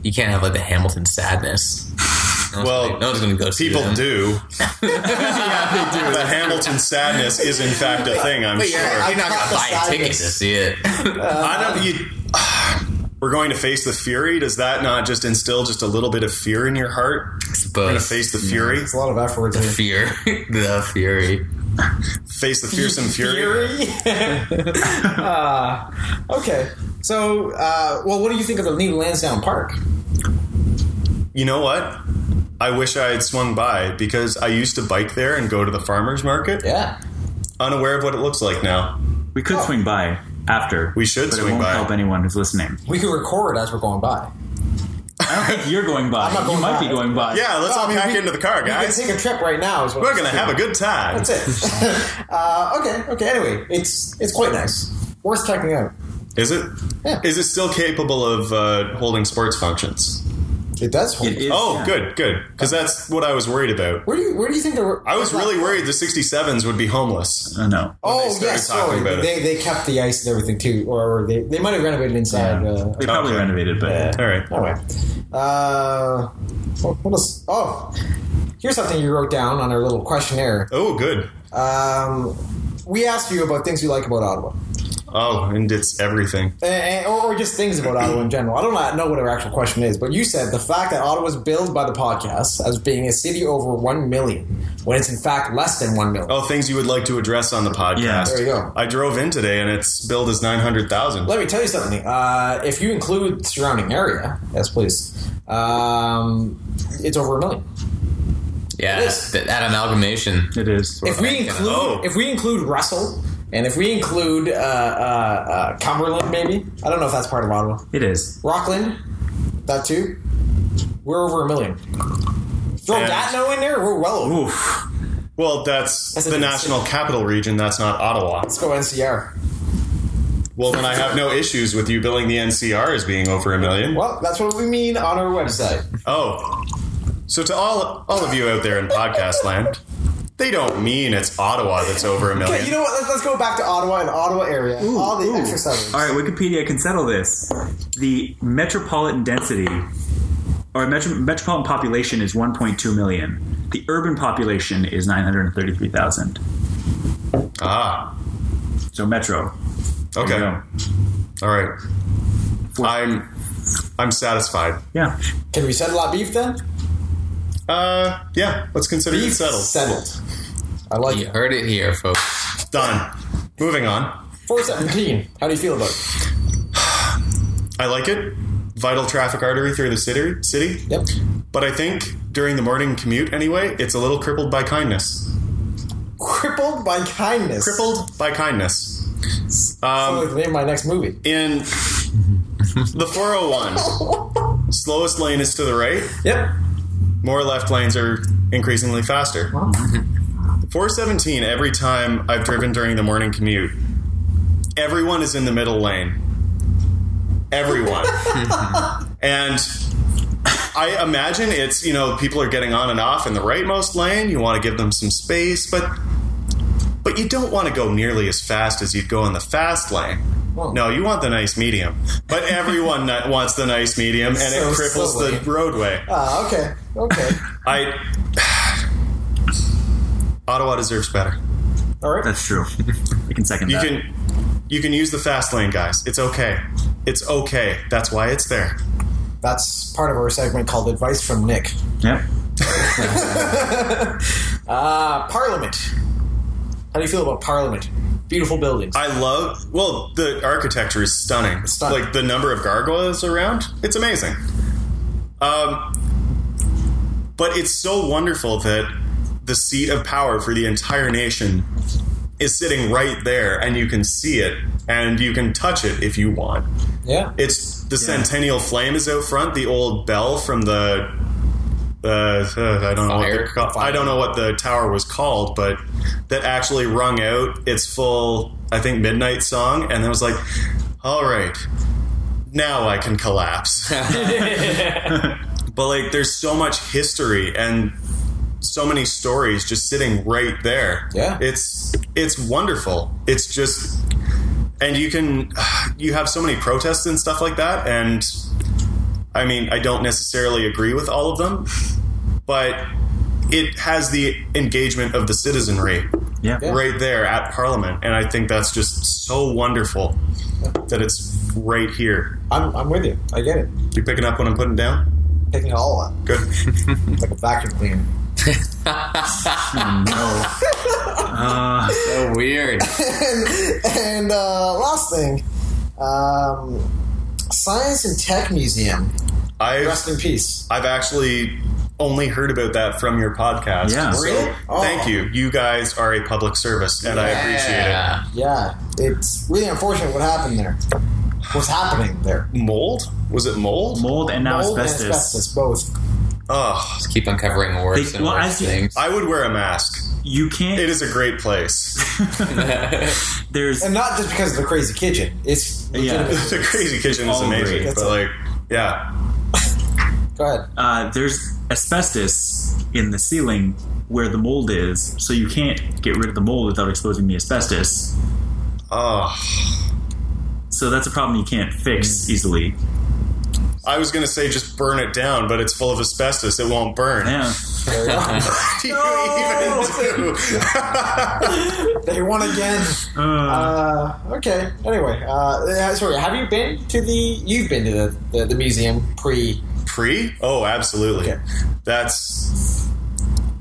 Speaker 4: You can't have like the Hamilton sadness. No one's
Speaker 3: Well,
Speaker 4: gonna- no one's going to go see
Speaker 3: People
Speaker 4: them.
Speaker 3: do.
Speaker 4: yeah, they do.
Speaker 3: The Hamilton sadness is in fact a thing. I'm
Speaker 4: But
Speaker 3: sure.
Speaker 4: you're, you're not going
Speaker 6: caught
Speaker 4: to
Speaker 6: the
Speaker 4: buy a ticket to
Speaker 6: sadness.
Speaker 4: see it.
Speaker 3: I don't. You, we're going to face the fury. Does that not just instill just a little bit of fear in your heart?
Speaker 4: But
Speaker 3: We're going to face the fury.
Speaker 6: It's a lot of F words.
Speaker 4: the
Speaker 6: here.
Speaker 4: fear, the fury.
Speaker 3: Face the fearsome fury.
Speaker 6: Uh, okay. So, uh, well, what do you think of the new Lansdowne Park?
Speaker 3: You know what? I wish I had swung by because I used to bike there and go to the farmers market.
Speaker 6: Yeah.
Speaker 3: Unaware of what it looks like now.
Speaker 5: We could swing by after.
Speaker 3: We should
Speaker 5: but
Speaker 3: swing
Speaker 5: it won't
Speaker 3: by.
Speaker 5: help anyone who's listening.
Speaker 6: We can record as we're going by.
Speaker 5: I don't think you're going by.
Speaker 6: not going
Speaker 5: you might
Speaker 6: by.
Speaker 5: be going by.
Speaker 3: Yeah, let's
Speaker 6: Well,
Speaker 3: all
Speaker 6: I mean,
Speaker 3: pack
Speaker 6: we-
Speaker 3: into the car,
Speaker 6: We can
Speaker 3: guys.
Speaker 6: take a trip right now. Is what
Speaker 3: We're
Speaker 6: I'm
Speaker 3: gonna have a good time.
Speaker 6: saying. That's it. uh, okay. Okay. Anyway, it's it's quite nice. Worth checking out.
Speaker 3: Is it?
Speaker 6: Yeah.
Speaker 3: Is it still capable of uh, holding sports functions?
Speaker 6: It does. Hold.
Speaker 5: It is,
Speaker 3: Oh,
Speaker 5: yeah.
Speaker 3: good, good. Because that's what I was worried about.
Speaker 6: Where do you Where do you think the
Speaker 3: I was really worried the 67s would be homeless.
Speaker 5: I know.
Speaker 3: when they
Speaker 6: Oh
Speaker 3: started
Speaker 6: yes,
Speaker 3: talking
Speaker 6: sorry.
Speaker 3: about it.
Speaker 6: They, they kept the ice and everything too, or they, they might have renovated inside. Uh,
Speaker 5: They probably
Speaker 3: Okay.
Speaker 5: renovated, but
Speaker 3: All right.
Speaker 6: All right. Uh, what what else? Oh, here's something you wrote down on our little questionnaire.
Speaker 3: Oh, good.
Speaker 6: Um, we asked you about things you like about Ottawa,
Speaker 3: Oh, and it's everything.
Speaker 6: Eh, eh, or, or just things about Ottawa in general. I don't know what our actual question is, but you said the fact that Ottawa's billed by the podcast as being a city over one million, when it's in fact less than one million.
Speaker 3: Oh, things you would like to address on the podcast.
Speaker 5: Yeah.
Speaker 6: There you go.
Speaker 3: I drove in today, and it's billed as nine hundred thousand.
Speaker 6: Let me tell you something. Uh, if you include surrounding area, yes, please. Um, it's over a million.
Speaker 4: Yeah,
Speaker 6: It is.
Speaker 4: that, that amalgamation.
Speaker 5: it is.
Speaker 6: if we include
Speaker 3: Oh.
Speaker 6: if we include Russell and if we include uh, uh, uh, Cumberland, maybe I don't know if that's part of Ottawa,
Speaker 5: It is.
Speaker 6: Rockland, that too. We're over a million. Throw
Speaker 3: And-
Speaker 6: Gatineau in there, we're well over.
Speaker 5: Oof.
Speaker 3: Well, that's,
Speaker 6: That's a
Speaker 3: the
Speaker 6: different
Speaker 3: national capital region. That's not Ottawa.
Speaker 6: Let's go NCR.
Speaker 3: Well, then I have no issues with you billing the NCR as being over a million.
Speaker 6: Well, that's what we mean on our website.
Speaker 3: Oh, so to all all of you out there in podcast land, they don't mean it's Ottawa that's over a million.
Speaker 6: Okay, you know what? Let's, let's go back to Ottawa and Ottawa area. All the extra suburbs.
Speaker 5: All right, Wikipedia can settle this. The metropolitan density or metro, metropolitan population is 1.2 million. The urban population is 933,000.
Speaker 3: ah,
Speaker 5: So metro.
Speaker 3: okay,
Speaker 5: There
Speaker 3: all right. I'm I'm satisfied.
Speaker 5: you go. Yeah.
Speaker 6: Can we settle our beef then?
Speaker 3: Uh, yeah, let's consider it
Speaker 6: Beef
Speaker 3: settled.
Speaker 6: Settled. I like
Speaker 4: You
Speaker 6: it.
Speaker 4: heard it here, folks.
Speaker 3: Done. Moving on.
Speaker 6: Four seventeen. How do you feel about it?
Speaker 3: I like it. Vital traffic artery through the city. City.
Speaker 6: Yep.
Speaker 3: But I think during the morning commute, anyway, it's a little crippled by kindness.
Speaker 6: Crippled by kindness.
Speaker 3: Crippled by kindness.
Speaker 6: Sounds
Speaker 3: Um,
Speaker 6: like the name of my next movie.
Speaker 3: in the 401, slowest lane is to the right.
Speaker 6: Yep.
Speaker 3: More left lanes are increasingly faster. 417, every time I've driven during the morning commute, everyone is in the middle lane. Everyone. and I imagine it's, you know, people are getting on and off in the rightmost lane. You want to give them some space, but but you don't want to go nearly as fast as you'd go in the fast lane.
Speaker 6: Well-
Speaker 3: No, you want the nice medium. But everyone ni- wants the nice medium, and it
Speaker 6: So
Speaker 3: cripples
Speaker 6: silly.
Speaker 3: the roadway.
Speaker 6: Ah, okay. Okay.
Speaker 3: I Ottawa deserves better.
Speaker 6: All right.
Speaker 5: That's true. I can second
Speaker 3: You
Speaker 5: that.
Speaker 3: can you can use the fast lane, guys. It's okay. It's okay. That's why it's there.
Speaker 6: That's part of our segment called Advice from Nick.
Speaker 5: Yep.
Speaker 6: Uh, Parliament. How do you feel about Parliament? Beautiful buildings.
Speaker 3: I love. Well, the architecture is stunning.
Speaker 6: stunning.
Speaker 3: Like the number of gargoyles around, it's amazing. Um, but it's so wonderful that the seat of power for the entire nation is sitting right there, and you can see it, and you can touch it if you want.
Speaker 6: yeah.
Speaker 3: It's the centennial flame is out front. The old bell from the uh, uh, I don't know what
Speaker 4: Fire?
Speaker 3: the, co- I don't know what the tower was called, but that actually rung out its full I think midnight song, and I was like, all right, now I can collapse. but like, there's so much history and so many stories just sitting right there.
Speaker 6: Yeah.
Speaker 3: it's it's wonderful. It's just, and you can, you have so many protests and stuff like that. And I mean, I don't necessarily agree with all of them, but it has the engagement of the citizenry
Speaker 5: Yeah.
Speaker 6: Yeah.
Speaker 3: right there at Parliament, and I think that's just so wonderful that it's right here.
Speaker 6: I'm, I'm with you. I get it.
Speaker 3: You picking up what I'm putting down?
Speaker 6: Picking it all up.
Speaker 3: Good.
Speaker 6: It's like a vacuum cleaner.
Speaker 5: Uh,
Speaker 4: So weird.
Speaker 6: and uh, last thing, um, Science and Tech Museum. Rest
Speaker 3: I've
Speaker 6: in peace.
Speaker 3: I've actually only heard about that from your podcast.
Speaker 5: Yeah.
Speaker 3: So
Speaker 6: Really? Oh.
Speaker 3: thank you. You guys are a public service, and I appreciate
Speaker 4: Yeah.
Speaker 6: Yeah, it's really unfortunate what happened there. What's happening there?
Speaker 3: it. Mold? Was it mold?
Speaker 5: Mold and now
Speaker 6: Mold and
Speaker 5: asbestos.
Speaker 6: asbestos, both.
Speaker 3: Oh,
Speaker 4: Just keep uncovering worse
Speaker 5: They-
Speaker 4: and
Speaker 5: well,
Speaker 4: worse
Speaker 5: as you-
Speaker 4: things.
Speaker 3: I would wear a mask.
Speaker 5: You can't.
Speaker 3: It is a great place.
Speaker 5: There's
Speaker 6: And not just because of the crazy kitchen. It's
Speaker 5: Yeah.
Speaker 6: legitimate.
Speaker 3: the crazy kitchen is
Speaker 5: all
Speaker 3: amazing,
Speaker 5: great.
Speaker 6: That's
Speaker 3: but like, yeah,
Speaker 6: Go ahead.
Speaker 5: uh, there's asbestos in the ceiling where the mold is, so you can't get rid of the mold without exposing the asbestos.
Speaker 3: oh.
Speaker 5: So that's a problem you can't fix easily.
Speaker 3: I was gonna say just burn it down, but it's full of asbestos. It won't burn.
Speaker 5: Yeah.
Speaker 6: There you go.
Speaker 3: do you even do?
Speaker 6: they won again.
Speaker 5: Uh,
Speaker 6: Uh, okay. Anyway, uh, yeah, sorry. Have you been to the? You've been to the the, the museum pre?
Speaker 3: Pre? Oh, absolutely.
Speaker 6: Okay.
Speaker 3: That's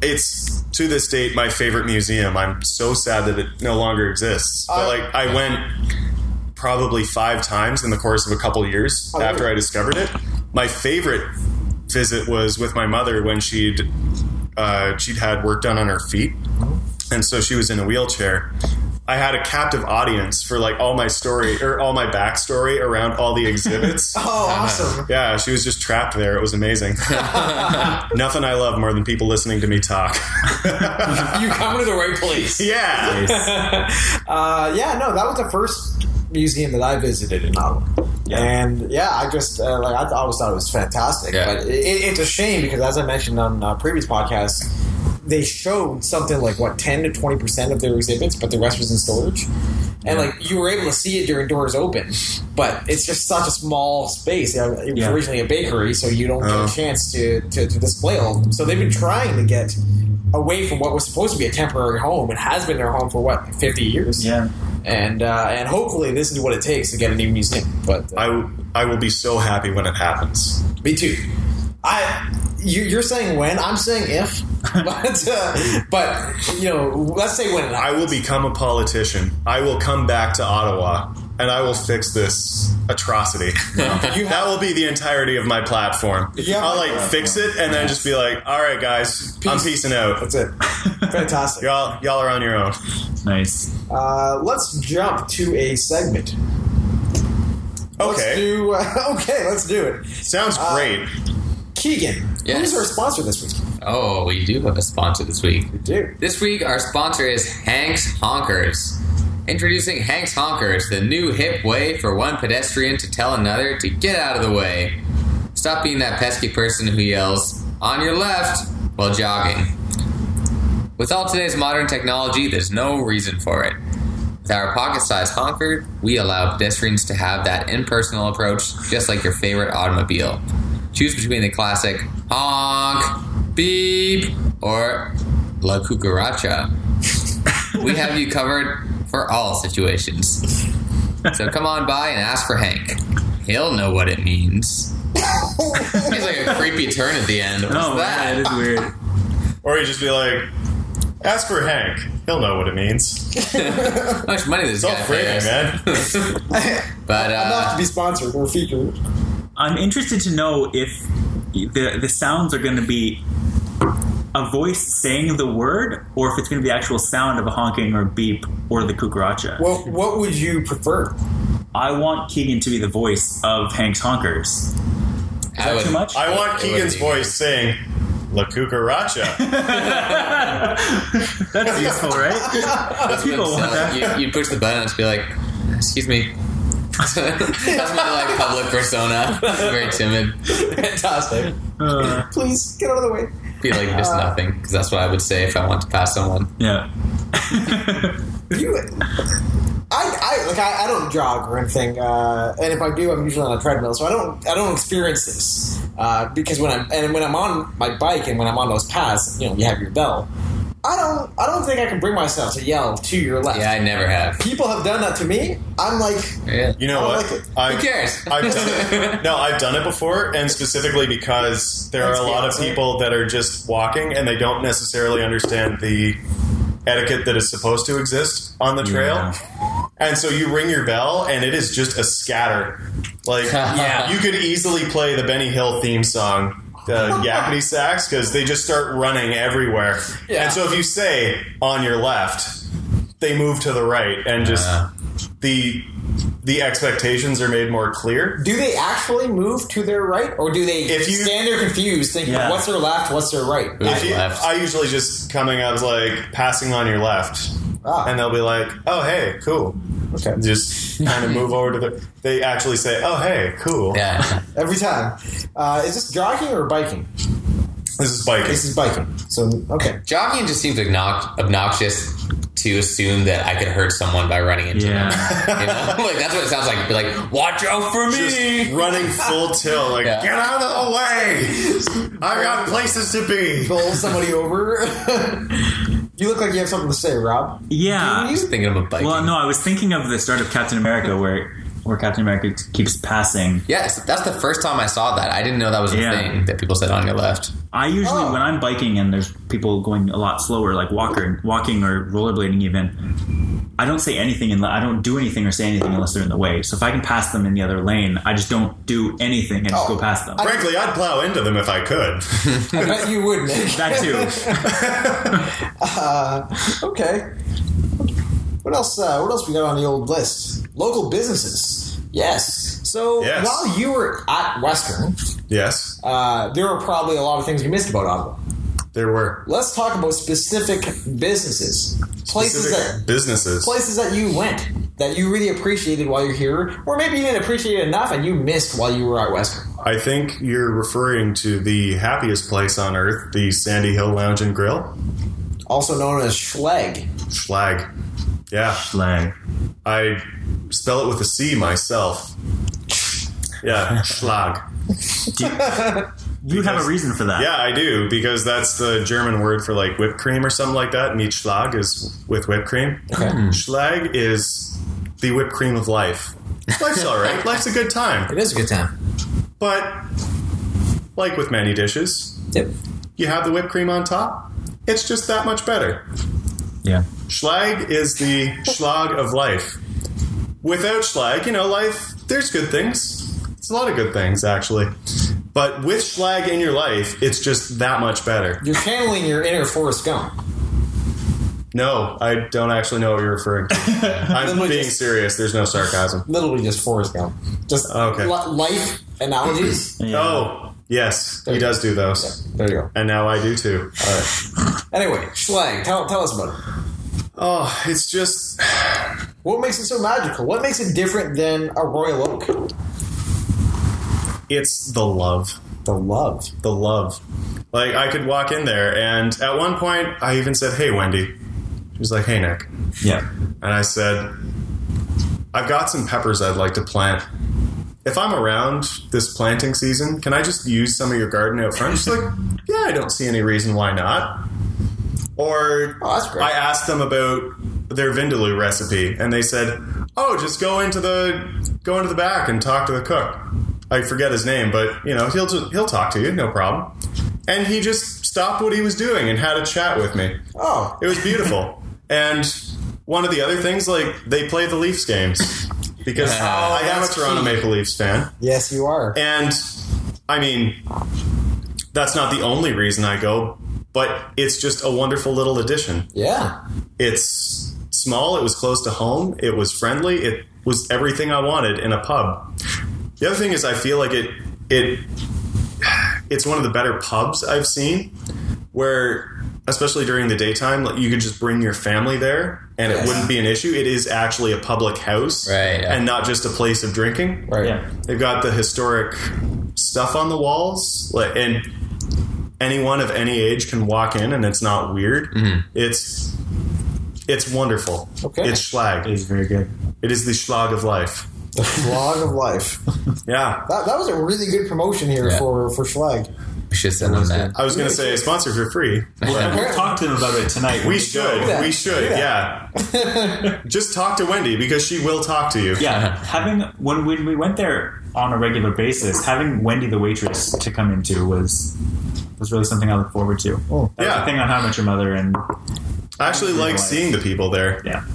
Speaker 3: it's to this date my favorite museum. I'm so sad that it no longer exists. But
Speaker 6: I-
Speaker 3: like I went probably five times in the course of a couple years
Speaker 6: Oh,
Speaker 3: after
Speaker 6: really?
Speaker 3: I discovered it. My favorite visit was with my mother when she'd uh, she'd had work done on her feet, and so she was in a wheelchair. I had a captive audience for like all my story or all my backstory around all the exhibits.
Speaker 6: Oh, awesome!
Speaker 3: Yeah, she was just trapped there. It was amazing. Nothing I love more than people listening to me talk.
Speaker 2: You come to the right place.
Speaker 3: yeah.
Speaker 6: Uh, yeah, no, that was the first museum that I visited in Ottawa. And yeah, I just uh, like I th- always thought it was fantastic,
Speaker 4: Yeah.
Speaker 6: but it, it's a shame because as I mentioned on uh, previous podcasts, they showed something like what ten to twenty percent of their exhibits, but the rest was in storage. And like you were able to see it during doors open, but it's just such a small space. Yeah, It was
Speaker 5: Yeah.
Speaker 6: originally a bakery, so you don't
Speaker 3: Oh.
Speaker 6: get a chance to, to, to display all of them. So they've been trying to get away from what was supposed to be a temporary home. It has been their home for what fifty years
Speaker 5: yeah.
Speaker 6: and uh, and hopefully this is what it takes to get a new museum. But uh,
Speaker 3: I, I will be so happy when it happens.
Speaker 6: me too. I you, you're saying when I'm saying if, but uh, but you know let's say when.
Speaker 3: I
Speaker 6: I,
Speaker 3: will become a politician. I will come back to Ottawa and I will fix this atrocity.
Speaker 6: You
Speaker 3: that will be the entirety of my platform.
Speaker 6: Yeah.
Speaker 3: I'll like fix it and then just be like, all right, guys, I'm
Speaker 6: Peace.
Speaker 3: peacing out.
Speaker 6: that's it. Fantastic.
Speaker 3: Y'all, y'all are on your own.
Speaker 5: Nice.
Speaker 6: Uh, let's jump to a segment. Let's
Speaker 3: Okay.
Speaker 6: do, uh, okay, let's do it.
Speaker 3: Sounds great.
Speaker 6: Keegan,
Speaker 4: Yes.
Speaker 6: who's our sponsor this week?
Speaker 4: Oh, we do have a sponsor this week.
Speaker 6: Dude.
Speaker 4: This week, our sponsor is Hank's Honkers. Introducing Hank's Honkers, the new hip way for one pedestrian to tell another to get out of the way. Stop being that pesky person who yells, on your left, while jogging. With all today's modern technology, there's no reason for it. With our pocket sized honker, we allow pedestrians to have that impersonal approach just like your favorite automobile. Choose between the classic honk, beep, or la cucaracha. we have you covered for all situations. So come on by and ask for Hank. He'll know what it means. He's like a creepy turn at the end. What's
Speaker 5: Oh,
Speaker 4: that?
Speaker 5: yeah, it is weird.
Speaker 3: Or you just be like, ask for Hank. He'll know what it means.
Speaker 4: How much money
Speaker 3: It's
Speaker 4: this guy
Speaker 3: all free,
Speaker 4: pays?
Speaker 3: man.
Speaker 4: But
Speaker 6: Not to
Speaker 4: uh,
Speaker 6: be sponsored or featured.
Speaker 5: I'm interested to know if the the sounds are going to be a voice saying the word, or if it's going to be the actual sound of a honking or beep or the cucaracha.
Speaker 6: Well, what would you prefer?
Speaker 5: I want Keegan to be the voice of Hank's honkers.
Speaker 4: I
Speaker 5: Is that
Speaker 4: would-
Speaker 5: too much?
Speaker 3: I want
Speaker 4: It would
Speaker 3: Keegan's
Speaker 4: be.
Speaker 3: voice saying La Cucaracha.
Speaker 5: That's useful, right? People
Speaker 4: So,
Speaker 5: want that.
Speaker 4: You, you push the button and just be like, "Excuse me, That's my like public persona. Very timid.
Speaker 6: Fantastic.
Speaker 5: Uh,
Speaker 6: Please get out of the way.
Speaker 4: Be like just nothing, because that's what I would say if I want to pass someone.
Speaker 5: yeah.
Speaker 6: You, I, I like I, I don't jog or anything, uh, and if I do, I'm usually on a treadmill, so I don't I don't experience this uh, because when I'm and when I'm on my bike and when I'm on those paths, you know, you have your bell. I don't I don't think I can bring myself to yell to your left.
Speaker 4: Yeah, I never have.
Speaker 6: People have done that to me. I'm like,
Speaker 4: Yeah.
Speaker 3: You know
Speaker 6: I
Speaker 3: what?
Speaker 6: like it.
Speaker 3: I've,
Speaker 4: Who cares?
Speaker 3: I've done it. No, I've done it before, and specifically because there are
Speaker 6: Let's
Speaker 3: a
Speaker 6: be
Speaker 3: lot of
Speaker 6: honest, right?
Speaker 3: people that are just walking and they don't necessarily understand the etiquette that is supposed to exist on the trail. And so you ring your bell, and it is just a scatter. Like,
Speaker 4: Yeah.
Speaker 3: you could easily play the Benny Hill theme song, the Yakety Sax, because they just start running everywhere.
Speaker 6: Yeah.
Speaker 3: And so if you say on your left, they move to the right, and just
Speaker 4: Uh.
Speaker 3: the the expectations are made more clear.
Speaker 6: do they actually move to their right, or do they
Speaker 3: If you-
Speaker 6: stand there confused, thinking
Speaker 5: Yeah.
Speaker 6: what's their left, what's their right?
Speaker 4: Ooh.
Speaker 3: If you,
Speaker 4: Left.
Speaker 3: I usually just coming up like passing on your left,
Speaker 6: Ah.
Speaker 3: and they'll be like, "Oh hey, cool."
Speaker 6: Okay.
Speaker 3: Just kind of move over to the. They actually say, "Oh hey, cool."
Speaker 4: Yeah.
Speaker 6: Every time, uh, is this jogging or biking?
Speaker 3: This is biking.
Speaker 6: This is biking. So okay.
Speaker 4: Jogging just seems obnox- obnoxious to assume that I could hurt someone by running into them.
Speaker 5: Yeah.
Speaker 4: You know? like that's what it sounds like. Be like, watch out for me.
Speaker 3: just running full tilt, like
Speaker 4: Yeah.
Speaker 3: get out of the way. I got places to be.
Speaker 6: bowl somebody over. you look like you have something to say, Rob.
Speaker 5: Yeah.
Speaker 4: I was thinking of a bike.
Speaker 5: Well, no, I was thinking of the start of Captain America where where Captain America keeps passing.
Speaker 4: Yes, that's the first time I saw that. I didn't know that was a
Speaker 5: Yeah.
Speaker 4: thing that people said on your left.
Speaker 5: I usually
Speaker 6: Oh.
Speaker 5: when I'm biking and there's people going a lot slower, like walker, walking or rollerblading even. I don't say anything and I don't do anything or say anything unless they're in the way. So if I can pass them in the other lane, I just don't do anything and just
Speaker 6: Oh.
Speaker 5: go past them.
Speaker 3: Frankly, I'd plow into them if I could.
Speaker 6: I bet you would, Nick.
Speaker 5: that too.
Speaker 6: Okay. What else? Uh, what else we got on the old list? Local businesses. Yes. So
Speaker 3: Yes.
Speaker 6: while you were at Western,
Speaker 3: yes,
Speaker 6: uh, there were probably a lot of things you missed about Ottawa.
Speaker 3: there were
Speaker 6: Let's talk about specific businesses, places
Speaker 3: specific
Speaker 6: that
Speaker 3: businesses.
Speaker 6: places that you went that you really appreciated while you're here, or maybe you didn't appreciate it enough and you missed while you were at Western.
Speaker 3: I think you're referring to the happiest place on earth, the Sandy Hill Lounge and Grill.
Speaker 6: Also known as Schleg.
Speaker 3: Schlag. Yeah,
Speaker 5: Like,
Speaker 3: I spell it with a C myself. Yeah, Schlag.
Speaker 5: you have a reason for that.
Speaker 3: Yeah, I do because that's the German word for like whipped cream or something like that. Meat Schlag is with whipped cream.
Speaker 6: Okay.
Speaker 3: Schlag is the whipped cream of life. Life's all right. Life's a good time.
Speaker 6: It is a good time.
Speaker 3: But like with many dishes,
Speaker 6: Yep.
Speaker 3: you have the whipped cream on top. It's just that much better.
Speaker 5: Yeah.
Speaker 3: Schlag is the schlag of life. Without schlag, you know, life, there's good things. It's a lot of good things, actually. But with schlag in your life, it's just that much better.
Speaker 6: You're channeling your inner Forrest Gump.
Speaker 3: No, I don't actually know what you're referring to. I'm
Speaker 6: we
Speaker 3: being
Speaker 6: just-
Speaker 3: serious. There's no sarcasm.
Speaker 6: Literally just Forrest Gump. Just
Speaker 3: Okay.
Speaker 6: li- life analogies.
Speaker 5: Yeah.
Speaker 3: Oh, yes, he does do those.
Speaker 6: there you go.
Speaker 3: And now I do too.
Speaker 6: Anyway, Schlag, tell, tell us about it.
Speaker 3: Oh, it's just
Speaker 6: What makes it so magical? What makes it different than a Royal Oak?
Speaker 3: it's the love.
Speaker 6: The love.
Speaker 3: The love. Like I could walk in there and at one point I even said, "Hey Wendy." She was like, "Hey Nick."
Speaker 5: Yeah.
Speaker 3: And I said, "I've got some peppers I'd like to plant." If I'm around this planting season, can I just use some of your garden out front? She's like, "Yeah, I don't see any reason why not." Or
Speaker 6: Oh, that's great.
Speaker 3: I asked them about their vindaloo recipe, and they said, "Oh, just go into the go into the back and talk to the cook." I forget his name, but you know he'll just, he'll talk to you, no problem. And he just stopped what he was doing and had a chat with me.
Speaker 6: oh,
Speaker 3: It was beautiful. and one of the other things, like they play the Leafs games because I am a
Speaker 6: that's
Speaker 3: Toronto
Speaker 6: key.
Speaker 3: Maple Leafs fan.
Speaker 6: yes, you are.
Speaker 3: And I mean, that's not the only reason I go, but it's just a wonderful little addition.
Speaker 6: yeah.
Speaker 3: It's small, it was close to home, it was friendly, it was everything I wanted in a pub. The other thing is I feel like it it it's one of the better pubs I've seen where especially during the daytime, like you could just bring your family there and it wouldn't be an issue. It is actually a public house
Speaker 4: Right, yeah.
Speaker 3: and not just a place of drinking.
Speaker 6: Right.
Speaker 5: Yeah.
Speaker 3: They've got the historic stuff on the walls, like, and anyone of any age can walk in, and it's not weird. It's it's wonderful.
Speaker 6: Okay.
Speaker 3: it's Schlag.
Speaker 5: It's very good.
Speaker 3: It is the Schlag of life.
Speaker 6: The vlog of life.
Speaker 3: Yeah,
Speaker 6: That, that was a really good promotion here
Speaker 4: Yeah.
Speaker 6: for for Schlag.
Speaker 4: We should send them that.
Speaker 3: I was going to say sponsor for free.
Speaker 5: We'll talk to them about it tonight.
Speaker 3: We should.
Speaker 6: that.
Speaker 3: We should. Yeah. Just talk to Wendy because she will talk to you.
Speaker 5: Yeah, having when when we went there on a regular basis, having Wendy the waitress to come into was was really something I look forward to.
Speaker 6: Oh.
Speaker 5: That was
Speaker 3: Yeah.
Speaker 5: the thing on How Much Your Mother and
Speaker 3: I actually like seeing the people there.
Speaker 5: yeah,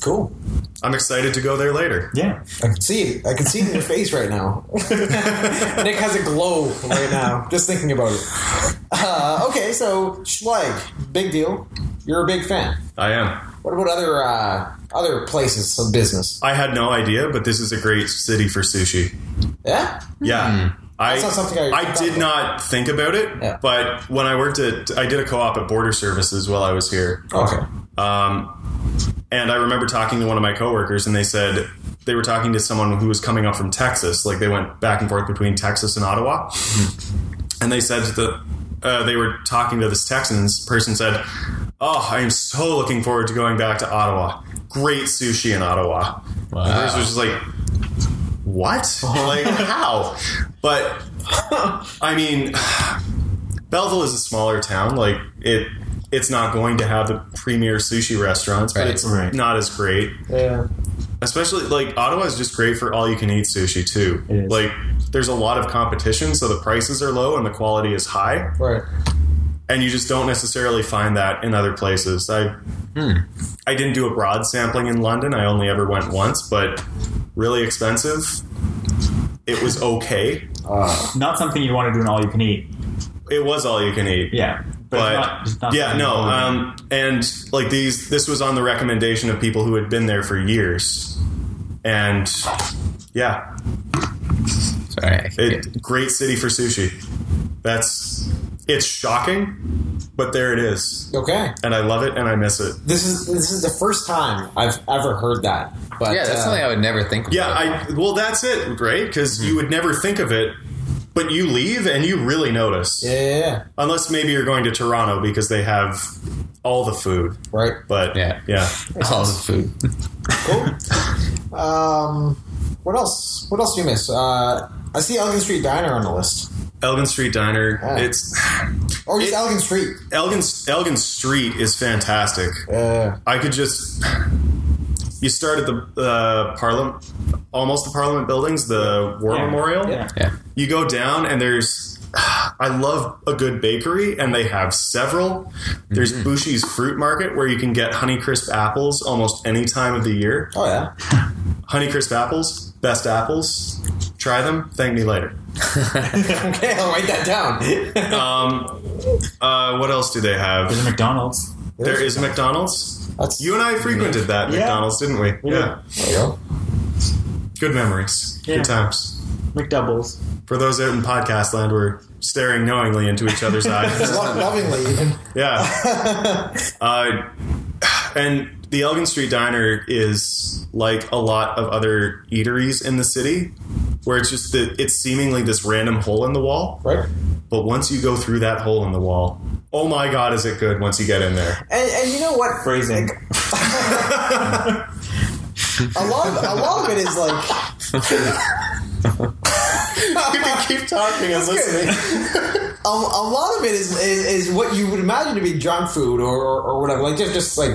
Speaker 6: Cool.
Speaker 3: I'm excited to go there later.
Speaker 5: yeah.
Speaker 6: I can see it. I can see it in your face right now. Nick has a glow right now just thinking about it. Uh, okay, so Schlag, big deal. You're a big fan.
Speaker 3: I am.
Speaker 6: What about other uh, other places of business?
Speaker 3: I had no idea, but this is a great city for sushi.
Speaker 6: Yeah,
Speaker 3: Yeah. I,
Speaker 6: That's not something I-
Speaker 3: I did not think about it,
Speaker 6: Yeah.
Speaker 3: but when I worked at, I did a co op at Border Services while I was here.
Speaker 6: Okay.
Speaker 3: Um, and I remember talking to one of my coworkers, and they said they were talking to someone who was coming up from Texas. Like they went back and forth between Texas and Ottawa, and they said that the, uh, they were talking to this Texan and this person said, "Oh, I am so looking forward to going back to Ottawa. Great sushi in Ottawa." And the person was just like, "What? like how?" But I mean. Belleville is a smaller town. Like it, it's not going to have the premier sushi restaurants, but
Speaker 4: Right.
Speaker 3: it's
Speaker 5: Right.
Speaker 3: not as great.
Speaker 6: Yeah.
Speaker 3: Especially like Ottawa is just great for all you can eat sushi too.
Speaker 5: It is.
Speaker 3: Like there's a lot of competition, so the prices are low and the quality is high,
Speaker 6: Right.
Speaker 3: and you just don't necessarily find that in other places. I,
Speaker 5: Hmm.
Speaker 3: I didn't do a broad sampling in London. I only ever went once, but really expensive. It was okay.
Speaker 5: Not something you want to do in all you can eat.
Speaker 3: it was all you can eat.
Speaker 5: Yeah, but,
Speaker 3: but
Speaker 5: it's not, it's not
Speaker 3: yeah,
Speaker 5: something
Speaker 3: no,
Speaker 5: you wanna do.
Speaker 3: um, and like these, this was on the recommendation of people who had been there for years, and yeah,
Speaker 4: Sorry. I
Speaker 3: it
Speaker 4: can't-
Speaker 3: great city for sushi. That's it's shocking, but there it is,
Speaker 6: Okay.
Speaker 3: and I love it and I miss it.
Speaker 6: This is this is the first time I've ever heard that. But
Speaker 4: yeah, that's
Speaker 6: uh,
Speaker 4: something I would never think about.
Speaker 3: Yeah, I well, that's it, right? Because you would never think of it, but you leave and you really notice.
Speaker 6: yeah, yeah, yeah.
Speaker 3: Unless maybe you're going to Toronto because they have all the food,
Speaker 6: Right.
Speaker 3: but
Speaker 4: Yeah.
Speaker 3: yeah.
Speaker 4: All the food.
Speaker 6: Um, what else? What else do you miss? Uh, I see Elgin Street Diner on the list,
Speaker 3: Elgin Street Diner.
Speaker 6: Yeah.
Speaker 3: It's
Speaker 6: or just
Speaker 3: It-
Speaker 6: Elgin Street.
Speaker 3: Elgin. Elgin Street is fantastic.
Speaker 6: Uh,
Speaker 3: I could just. You start at the uh, Parliament, almost the Parliament buildings, the War
Speaker 5: Yeah.
Speaker 3: Memorial.
Speaker 5: Yeah.
Speaker 4: Yeah.
Speaker 3: You go down and there's. I love a good bakery, and they have several. There's Bushy's Fruit Market, where you can get Honeycrisp apples almost any time of the year.
Speaker 6: oh yeah.
Speaker 3: Honeycrisp apples, best apples. Try them. Thank me later.
Speaker 6: Okay, I'll write that down.
Speaker 3: Uh, what else do they have?
Speaker 5: there's a McDonald's.
Speaker 3: There is McDonald's.
Speaker 6: That's
Speaker 3: You and I frequented that
Speaker 5: Yeah.
Speaker 3: McDonald's, didn't we?
Speaker 5: We
Speaker 3: yeah.
Speaker 6: There you go.
Speaker 3: Good memories.
Speaker 5: Yeah.
Speaker 3: Good times.
Speaker 5: McDoubles.
Speaker 3: For those out in podcast land, we're staring knowingly into each other's eyes.
Speaker 6: Lo- lovingly, even.
Speaker 3: Yeah. Uh, and the Elgin Street Diner is like a lot of other eateries in the city, where it's just that it's seemingly this random hole in the wall.
Speaker 6: Right.
Speaker 3: But once you go through that hole in the wall, oh my God, is it good once you get in there?
Speaker 6: And, and you know what?
Speaker 5: Phrasing.
Speaker 6: A lot of a lot of it is like
Speaker 3: you can keep talking and listening.
Speaker 6: a, a lot of it is, is is what you would imagine to be junk food or, or, or whatever. Like just just like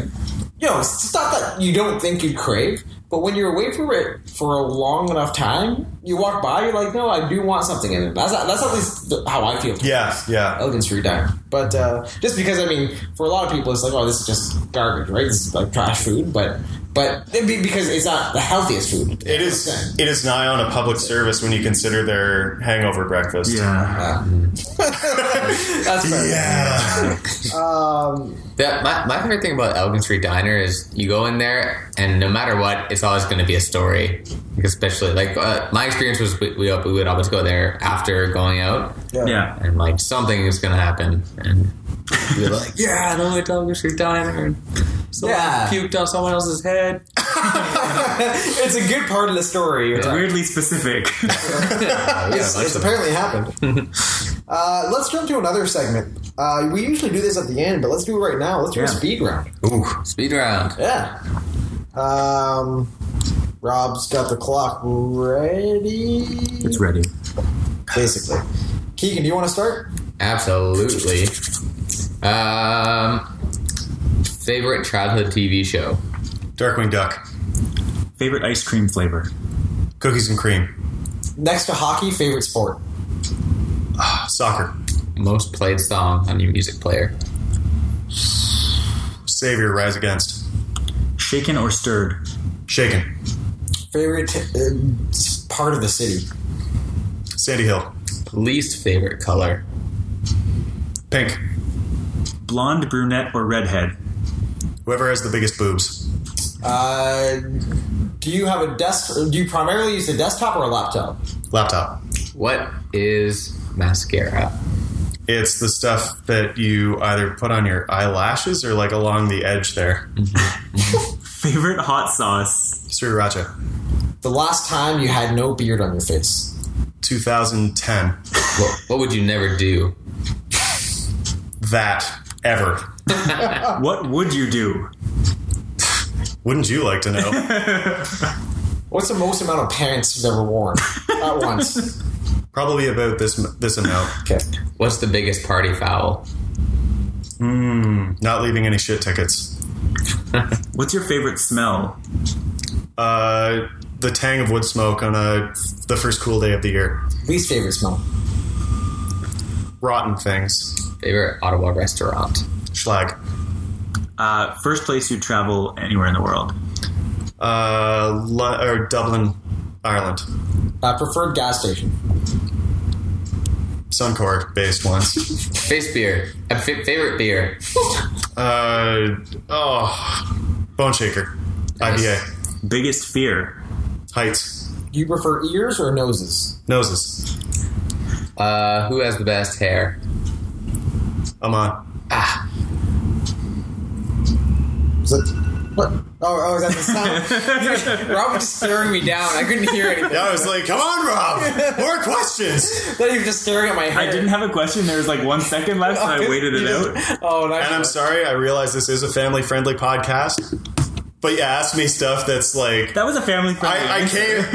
Speaker 6: you know stuff that you don't think you'd crave, but when you're away from it for a long enough time, you walk by, you're like, no, I do want something in it. That's that's at least the- how I feel.
Speaker 3: Yeah, yeah.
Speaker 6: Elgin Street Diner, but uh, just because I mean, for a lot of people, it's like, oh, this is just garbage, right? This is like trash food, but but it'd be because it's not the healthiest food.
Speaker 3: It is it is nigh on a public service when you consider their hangover breakfast.
Speaker 5: Yeah,
Speaker 6: That's fair. Um,
Speaker 3: Yeah.
Speaker 4: That, my, my favorite thing about Elgin Street Diner is you go in there and no matter what, it's always going to be a story. Like, especially like uh, my experience was we, we,
Speaker 3: uh,
Speaker 4: we would always go there after going out
Speaker 5: yeah.
Speaker 4: and like something is going to happen and Be like, yeah, the only Dogfisher Diner. And someone
Speaker 6: Yeah.
Speaker 4: puked on someone else's head.
Speaker 6: it's a good part of the story.
Speaker 5: It's weirdly specific.
Speaker 4: Yeah,
Speaker 6: It's,
Speaker 4: much
Speaker 6: it's
Speaker 4: of-
Speaker 6: apparently happened. uh, let's jump to another segment. Uh, we usually do this at the end, but let's do it right now. Let's do a
Speaker 5: Yeah.
Speaker 6: speed round.
Speaker 4: Speed round.
Speaker 6: Yeah. Um, Rob's got the clock ready.
Speaker 5: it's ready.
Speaker 6: Basically. Keegan, do you want to start?
Speaker 4: Absolutely. Um, favorite childhood TV show?
Speaker 3: Darkwing Duck,
Speaker 5: Favorite ice cream flavor?
Speaker 3: cookies and cream,
Speaker 6: Next to hockey, favorite sport.
Speaker 3: soccer,
Speaker 4: Most played song on your music player?
Speaker 3: savior, rise against,
Speaker 5: Shaken or stirred?
Speaker 3: shaken,
Speaker 6: Favorite uh, s- part of the city.
Speaker 3: Sandy Hill,
Speaker 4: Least favorite color?
Speaker 3: pink,
Speaker 5: Blonde, brunette, or redhead?
Speaker 3: whoever has the biggest boobs,
Speaker 6: Uh, do you have a desk? Do you primarily use a desktop or a laptop?
Speaker 3: laptop.
Speaker 4: What is mascara?
Speaker 3: It's the stuff that you either put on your eyelashes or like along the edge there.
Speaker 5: Favorite hot sauce?
Speaker 3: Sriracha,
Speaker 6: The last time you had no beard on your face.
Speaker 3: 2010.
Speaker 4: What, what would you never do?
Speaker 3: That ever.
Speaker 5: What would you do?
Speaker 3: Wouldn't you like to know?
Speaker 6: What's the most amount of pants you've ever worn? Not once.
Speaker 3: Probably about this this amount.
Speaker 6: Okay.
Speaker 4: What's the biggest party foul?
Speaker 3: Hmm, Not leaving any shit tickets.
Speaker 5: What's your favorite smell?
Speaker 3: Uh, the tang of wood smoke on a the first cool day of the year.
Speaker 6: Least favorite smell.
Speaker 3: Rotten things.
Speaker 4: Favorite Ottawa restaurant?
Speaker 3: Schlag.
Speaker 5: Uh, first place you'd travel anywhere in the world?
Speaker 3: Uh, Lo- or Dublin, Ireland.
Speaker 6: Uh, preferred gas station.
Speaker 3: Suncor based ones.
Speaker 4: Face beer. Uh, fa- favorite beer.
Speaker 3: uh, oh, Bone Shaker. IPA.
Speaker 5: Biggest fear?
Speaker 3: Heights.
Speaker 6: Do you prefer ears or noses?
Speaker 3: Noses.
Speaker 4: Uh, who has the best hair?
Speaker 3: I'm on.
Speaker 6: Is it, what? Oh, oh, is that the sound? Rob was just staring me down. I couldn't hear anything.
Speaker 3: Yeah, I was like, come on, Rob. More questions.
Speaker 6: Then he was just staring at my
Speaker 5: I
Speaker 6: hair.
Speaker 5: didn't have a question. There was like one second left, so I waited it out.
Speaker 6: Oh, and
Speaker 3: And
Speaker 6: I,
Speaker 3: I'm sorry. I realize this is a family friendly podcast. But you asked me stuff that's like
Speaker 5: That was a family friendly.
Speaker 3: I, I came.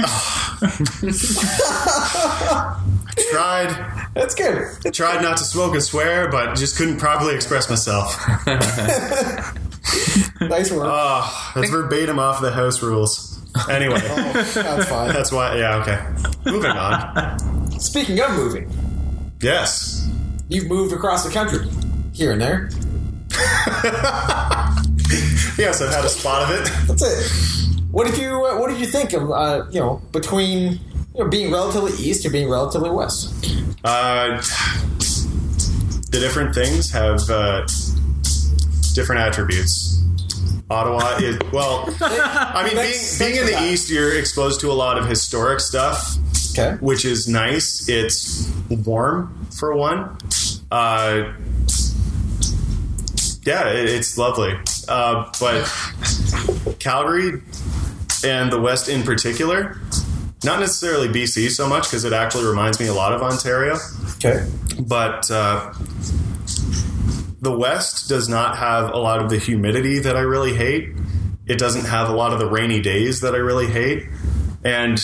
Speaker 3: I tried
Speaker 6: that's good.
Speaker 3: tried not to smoke and swear, but just couldn't properly express myself.
Speaker 6: Nice work.
Speaker 3: Oh, that's verbatim off the house rules. Anyway,
Speaker 6: Oh. that's fine.
Speaker 3: that's why. Yeah, okay. Moving on.
Speaker 6: Speaking of moving,
Speaker 3: Yes,
Speaker 6: you've moved across the country, here and there.
Speaker 3: yes, I've had a spot of it.
Speaker 6: That's it. What did you uh, What did you think of uh, you know between you know, being relatively east and being relatively west?
Speaker 3: Uh, the different things have uh, different attributes. Ottawa is well. I mean, being,
Speaker 6: Thanks-
Speaker 3: being in
Speaker 6: thanks for
Speaker 3: the
Speaker 6: that.
Speaker 3: east, you're exposed to a lot of historic stuff.
Speaker 6: Okay.
Speaker 3: which is nice. It's warm for one. Uh, yeah, it, it's lovely. Uh, but Calgary and the West in particular, not necessarily BC so much because it actually reminds me a lot of Ontario,
Speaker 6: Okay.
Speaker 3: but. Uh, the West does not have a lot of the humidity that I really hate. It doesn't have a lot of the rainy days that I really hate. And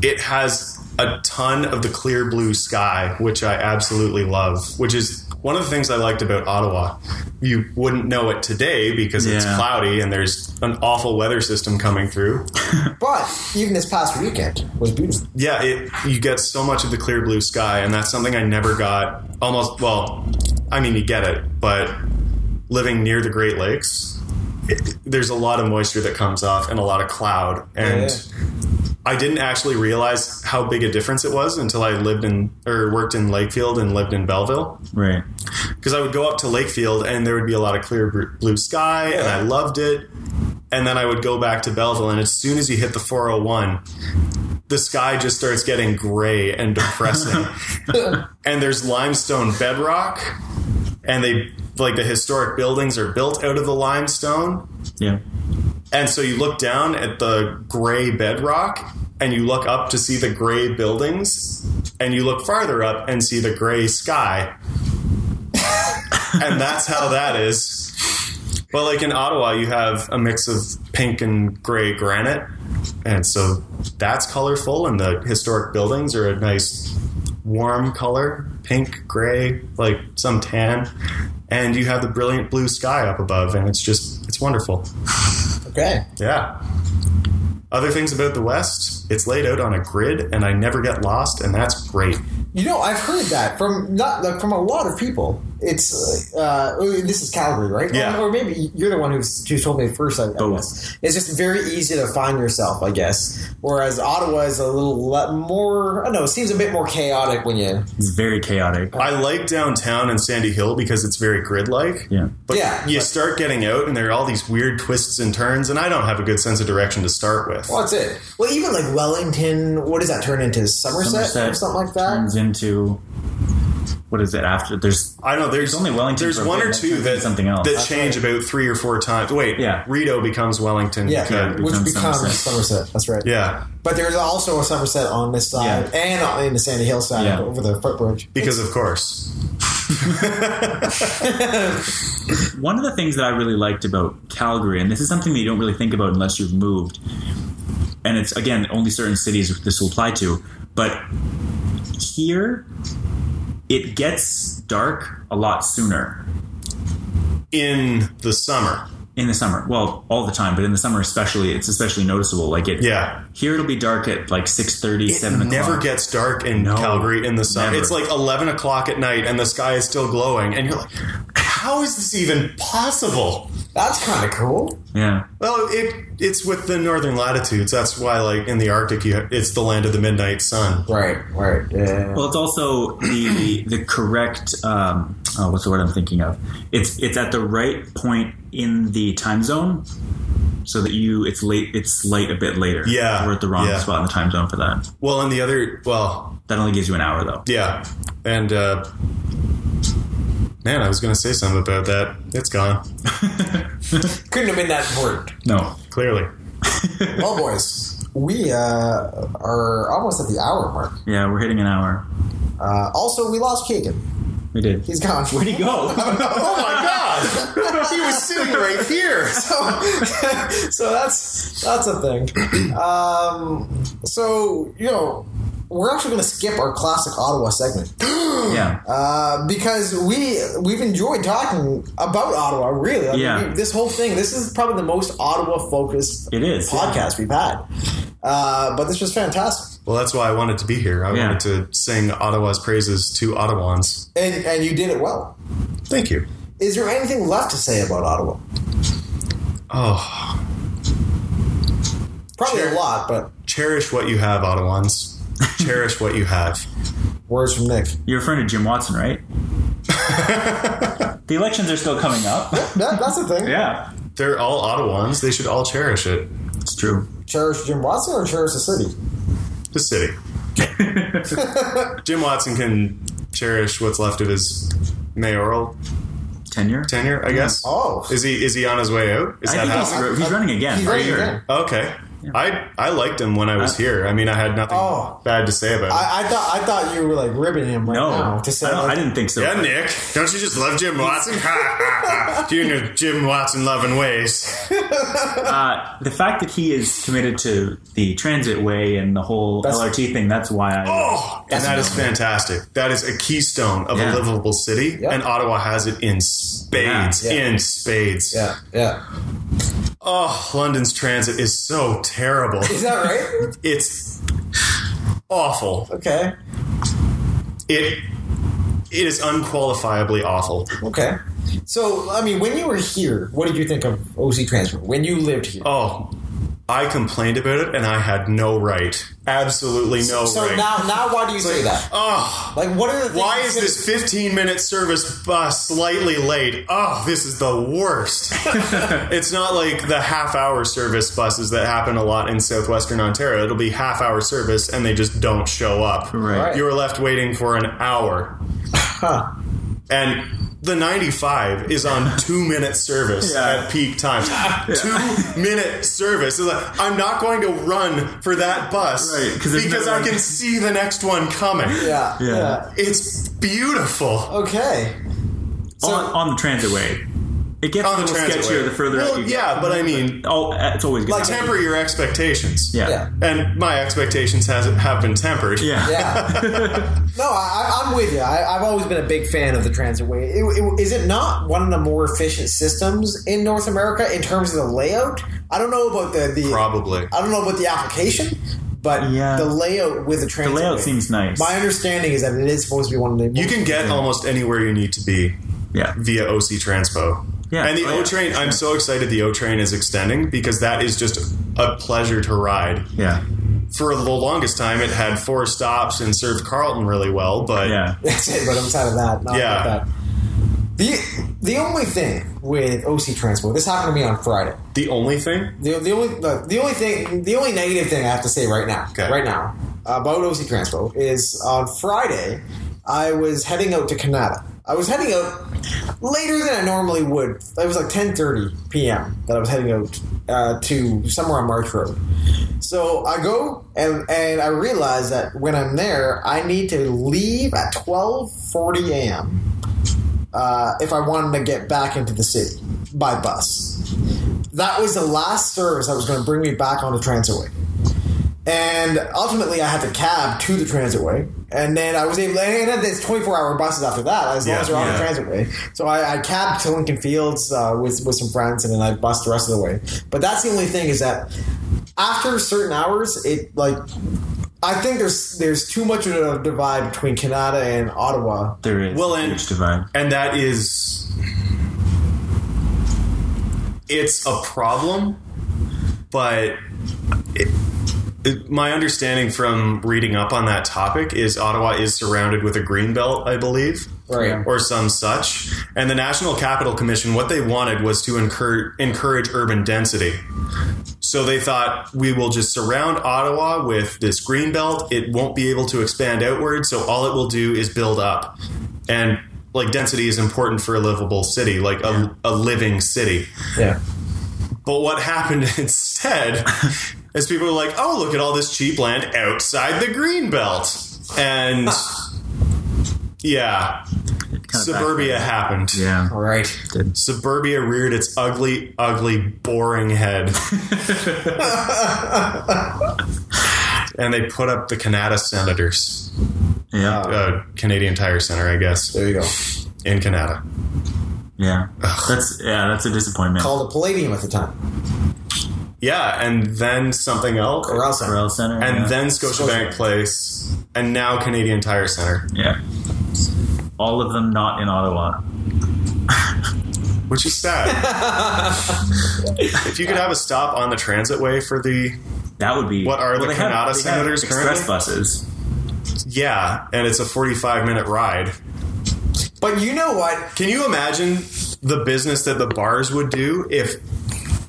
Speaker 3: it has a ton of the clear blue sky, which I absolutely love, which is one of the things I liked about Ottawa. You wouldn't know it today because it's
Speaker 5: Yeah.
Speaker 3: cloudy and there's an awful weather system coming through.
Speaker 6: But even this past weekend was beautiful.
Speaker 3: Yeah, it you get so much of the clear blue sky, and that's something I never got. Almost well, I mean you get it, but living near the Great Lakes, it, there's a lot of moisture that comes off and a lot of cloud, and I didn't actually realize how big a difference it was until I lived in or worked in Lakefield and lived in Belleville
Speaker 5: Right.
Speaker 3: because I would go up to Lakefield and there would be a lot of clear br- blue sky, and I loved it. And then I would go back to Belleville, and as soon as you hit the 401, the sky just starts getting gray and depressing. and there's limestone bedrock, and they like the historic buildings are built out of the limestone.
Speaker 5: Yeah.
Speaker 3: And so you look down at the gray bedrock and you look up to see the gray buildings and you look farther up and see the gray sky. and that's how that is. But like in Ottawa, you have a mix of pink and gray granite. And so that's colorful and the historic buildings are a nice warm color, pink, gray, like some tan. And you have the brilliant blue sky up above and it's just it's wonderful.
Speaker 6: Okay.
Speaker 3: Yeah. Other things about the West, it's laid out on a grid and I never get lost, and that's great.
Speaker 6: You know, I've heard that from not like, from a lot of people. It's uh, oh, this is Calgary, right?
Speaker 3: Yeah.
Speaker 6: Or, or maybe you're the one who's who told me first. I, I
Speaker 5: Both.
Speaker 6: guess it's just very easy to find yourself, I guess. Whereas Ottawa is a little le- more. I don't know. It seems a bit more chaotic when you.
Speaker 5: It's very chaotic.
Speaker 3: I like downtown and Sandy Hill because it's very grid like.
Speaker 5: Yeah.
Speaker 3: But
Speaker 6: Yeah,
Speaker 3: you
Speaker 6: but-
Speaker 3: start getting out and there are all these weird twists and turns, and I don't have a good sense of direction to start with.
Speaker 6: Well, that's it. Well, even like Wellington, what does that turn into? Somerset, or something like that.
Speaker 5: turns into what is it after? There's
Speaker 3: I know there's
Speaker 5: There's only Wellington
Speaker 3: There's
Speaker 5: for a
Speaker 3: one
Speaker 5: bit,
Speaker 3: or
Speaker 5: that
Speaker 3: two
Speaker 5: turns into
Speaker 3: that
Speaker 5: something else.
Speaker 3: that
Speaker 5: That's
Speaker 3: change about three or four times. Wait,
Speaker 5: Yeah.
Speaker 3: Rito becomes Wellington.
Speaker 6: yeah,
Speaker 3: Yeah.
Speaker 5: it
Speaker 6: which
Speaker 5: becomes
Speaker 6: becomes Somerset.
Speaker 5: Somerset.
Speaker 6: That's right.
Speaker 3: Yeah.
Speaker 6: But there's also a Somerset on this side and on in the Sandy Hill side
Speaker 5: Yeah.
Speaker 6: over the footbridge.
Speaker 3: Because of course.
Speaker 5: one of the things that I really liked about Calgary, and this is something that you don't really think about unless you've moved, and it's again only certain cities this will apply to, but here it gets dark a lot sooner
Speaker 3: In the summer.
Speaker 5: in the summer. Well, all the time, but in the summer especially, it's especially noticeable. Like it,
Speaker 3: Yeah.
Speaker 5: Here it'll be dark at like six thirty,
Speaker 3: It
Speaker 5: seven o'clock.
Speaker 3: never gets dark in
Speaker 5: No,
Speaker 3: Calgary in the summer.
Speaker 5: never.
Speaker 3: It's like 11 o'clock at night and the sky is still glowing. And you're like, how is this even possible?
Speaker 6: That's kind of cool.
Speaker 5: yeah.
Speaker 3: Well, it it's with the northern latitudes. That's why, like, in the Arctic, you, it's the land of the midnight sun.
Speaker 6: Right. Right. Yeah.
Speaker 5: Well, it's also the the correct. Um, oh, what's the word I'm thinking of? It's it's at the right point in the time zone, so that you it's late. It's light a bit later.
Speaker 3: Yeah,
Speaker 5: we're at the wrong
Speaker 3: yeah.
Speaker 5: spot in the time zone for that.
Speaker 3: Well, and the other, well,
Speaker 5: That only gives you an hour though.
Speaker 3: yeah. And, uh, man, I was going to say something about that. It's gone,
Speaker 6: Couldn't have been that important.
Speaker 5: No,
Speaker 3: clearly.
Speaker 6: Well, boys, we uh, are almost at the hour mark.
Speaker 5: yeah, we're hitting an hour.
Speaker 6: Uh, also, we lost Keegan.
Speaker 5: We did.
Speaker 6: He's gone. Ah, Where'd he
Speaker 5: go.
Speaker 3: Oh my God! he was sitting right here.
Speaker 6: so, so that's that's a thing. Um, so you know, we're actually going to skip our classic Ottawa segment
Speaker 5: yeah,
Speaker 6: uh, because we we've enjoyed talking about Ottawa. Really, I mean,
Speaker 5: Yeah.
Speaker 6: we- this whole thing. This is probably the most Ottawa focused
Speaker 5: It is, yeah.
Speaker 6: podcast we've had. Uh, but this was fantastic,
Speaker 3: Well, that's why I wanted to be here. I
Speaker 5: Yeah.
Speaker 3: wanted to sing Ottawa's praises to Ottawans.
Speaker 6: and and you did it well.
Speaker 3: Thank you.
Speaker 6: Is there anything left to say about Ottawa?
Speaker 3: Oh,
Speaker 6: Probably
Speaker 3: Sure.
Speaker 6: a lot, but
Speaker 3: cherish what you have, Ottawans. cherish what you have.
Speaker 6: words from Nick.
Speaker 5: you're referring to Jim Watson, right? the elections are still coming up.
Speaker 6: That, that's the thing.
Speaker 5: yeah,
Speaker 3: They're all Ottawans. They should all cherish it.
Speaker 5: it's true.
Speaker 6: Cherish Jim Watson or cherish the city?
Speaker 3: The city. Jim Watson can cherish what's left of his mayoral
Speaker 5: Tenure.
Speaker 3: tenure, I guess.
Speaker 6: Oh.
Speaker 3: Is he is he on his way out? Is that
Speaker 5: I think he's,
Speaker 3: how?
Speaker 5: ru- he's running again.
Speaker 6: He's
Speaker 5: right?
Speaker 6: running
Speaker 5: Or-
Speaker 6: again.
Speaker 3: Okay. I I liked him when I was
Speaker 5: Uh,
Speaker 3: here. I mean, I had nothing
Speaker 6: Oh.
Speaker 3: bad to say about him.
Speaker 6: I, I thought I thought you were like ribbing him right
Speaker 5: No,
Speaker 6: now Oh, to
Speaker 5: I,
Speaker 6: say
Speaker 5: don't-
Speaker 6: like,
Speaker 5: I didn't think so.
Speaker 3: yeah, Nick. Don't you just love Jim Watson? you and your Jim Watson loving ways.
Speaker 5: Uh, the fact that he is committed to the transit way and the whole
Speaker 6: That's-
Speaker 5: LRT thing, that's why I.
Speaker 3: Oh, and
Speaker 6: That's
Speaker 3: that is fantastic. That is a keystone of
Speaker 5: Yeah.
Speaker 3: a livable city,
Speaker 6: Yep.
Speaker 3: and Ottawa has it in spades.
Speaker 6: Yeah.
Speaker 3: In spades.
Speaker 6: yeah yeah
Speaker 3: Oh, London's transit is so terrible.
Speaker 6: is that right
Speaker 3: It's awful.
Speaker 6: okay
Speaker 3: It it is unqualifiably awful.
Speaker 6: okay so I mean when you were here what did you think of OC transfer when you lived here
Speaker 3: Oh, I complained about it and I had no right. Absolutely no
Speaker 6: so
Speaker 3: right.
Speaker 6: now now why do you say that
Speaker 5: uh,
Speaker 3: oh,
Speaker 6: like what are the things
Speaker 3: why
Speaker 6: you
Speaker 3: is
Speaker 6: should-
Speaker 3: this 15 minute service bus slightly late? Oh, this is the worst. it's not like the half hour service buses that happen a lot in southwestern Ontario. It'll be half hour service and they just don't show up.
Speaker 5: Right.
Speaker 6: Right.
Speaker 3: You were left waiting for an hour.
Speaker 6: huh.
Speaker 3: And the 95 is on two minute service
Speaker 5: Yeah.
Speaker 3: at peak times. Two minute service. It's like, I'm not going to run for that bus
Speaker 5: Right, 'cause there's
Speaker 3: because
Speaker 5: no
Speaker 3: I
Speaker 5: one-
Speaker 3: can see the next one coming.
Speaker 6: Yeah.
Speaker 5: Yeah.
Speaker 3: It's beautiful.
Speaker 6: Okay. So-
Speaker 5: on, on the transit way. It gets
Speaker 3: Oh. On
Speaker 5: a
Speaker 3: the
Speaker 5: little
Speaker 3: transit
Speaker 5: sketchier
Speaker 3: way.
Speaker 5: the further
Speaker 3: Well,
Speaker 5: out you get.
Speaker 3: yeah, but I mean,
Speaker 5: Oh, it's always good.
Speaker 6: Like-
Speaker 3: temper your expectations.
Speaker 5: yeah.
Speaker 6: Yeah.
Speaker 5: Yeah.
Speaker 3: And my expectations has, have been tempered.
Speaker 6: Yeah. no, I, I- I'm with you. I, I've always been a big fan of the transitway. It, it, is it not one of the more efficient systems in North America in terms of the layout? I don't know about the, the
Speaker 3: Probably.
Speaker 6: I don't know about the application, but
Speaker 5: Yeah.
Speaker 6: the layout with the transitway.
Speaker 5: layout seems nice.
Speaker 6: My understanding is that it is supposed to be one of the
Speaker 3: You can get almost anywhere you need to be
Speaker 5: Yeah.
Speaker 3: via OC Transpo.
Speaker 5: Yeah.
Speaker 3: And the
Speaker 5: Oh, yeah.
Speaker 3: O train, I'm so excited the O train is extending because that is just a pleasure to ride.
Speaker 5: Yeah.
Speaker 3: For the longest time, it had four stops and served Carlton really well, but
Speaker 5: Yeah.
Speaker 6: That's it. But outside of that, not
Speaker 3: Yeah.
Speaker 6: like that. The the only thing with OC Transport, this happened to me on Friday.
Speaker 3: the only thing,
Speaker 6: The, the only the, the only thing the only negative thing I have to say right now
Speaker 3: Okay.
Speaker 6: right now uh, about OC Transpo is on Friday I was heading out to Kanata. I was heading out later than I normally would. It was like ten thirty p.m. that I was heading out uh, to somewhere on March Road. So I go and and I realize that when I'm there, I need to leave at twelve forty a.m. Uh, if I wanted to get back into the city by bus that was the last service that was going to bring me back on the transitway. And ultimately, I had to cab to the transitway, and then I was able. And then there's 24 hour buses after that, as long
Speaker 3: Yeah,
Speaker 6: as you're on
Speaker 3: yeah.
Speaker 6: the transitway. So I, I cabbed to Lincoln Fields uh, with with some friends, and then I bus the rest of the way. But that's the only thing is that after certain hours, it like I think there's there's too much of a divide between Canada and Ottawa.
Speaker 5: There is
Speaker 3: Well,
Speaker 5: a
Speaker 3: and-
Speaker 5: huge divide.
Speaker 3: and that is, it's a problem, but it, it- my understanding from reading up on that topic is Ottawa is surrounded with a green belt, I believe.
Speaker 6: Right.
Speaker 3: or some such. And the National Capital Commission, what they wanted was to incur, encourage urban density. So they thought we will just surround Ottawa with this green belt. It won't be able to expand outward, so all it will do is build up. And like density is important for a livable city, like a, a living city.
Speaker 6: Yeah.
Speaker 3: But what happened instead is people were like, "Oh, look at all this cheap land outside the green belt," and yeah, suburbia happened.
Speaker 5: Yeah.
Speaker 6: All right.
Speaker 3: Suburbia reared its ugly, ugly, boring head. and they put up the Canada Senators,
Speaker 5: Yeah.
Speaker 3: uh, Canadian Tire Center, I guess,
Speaker 6: There you go.
Speaker 3: in Canada.
Speaker 5: yeah. That's yeah. That's a disappointment.
Speaker 6: Called a Palladium at the time.
Speaker 3: Yeah, and then something else,
Speaker 6: Corral Center.
Speaker 5: Corral Center.
Speaker 3: and
Speaker 5: yeah.
Speaker 3: then Scotiabank
Speaker 6: Scotiabank.
Speaker 3: Place, and now Canadian Tire Center.
Speaker 5: yeah. All of them not in Ottawa.
Speaker 3: which is sad. if you could have a stop on the transitway for the
Speaker 5: That would be
Speaker 3: What are the
Speaker 5: they have-
Speaker 3: Kanata
Speaker 5: they have
Speaker 3: Senators currently?
Speaker 5: express buses.
Speaker 3: yeah, and it's a forty-five minute ride.
Speaker 6: But you know what?
Speaker 3: Can you imagine the business that the bars would do if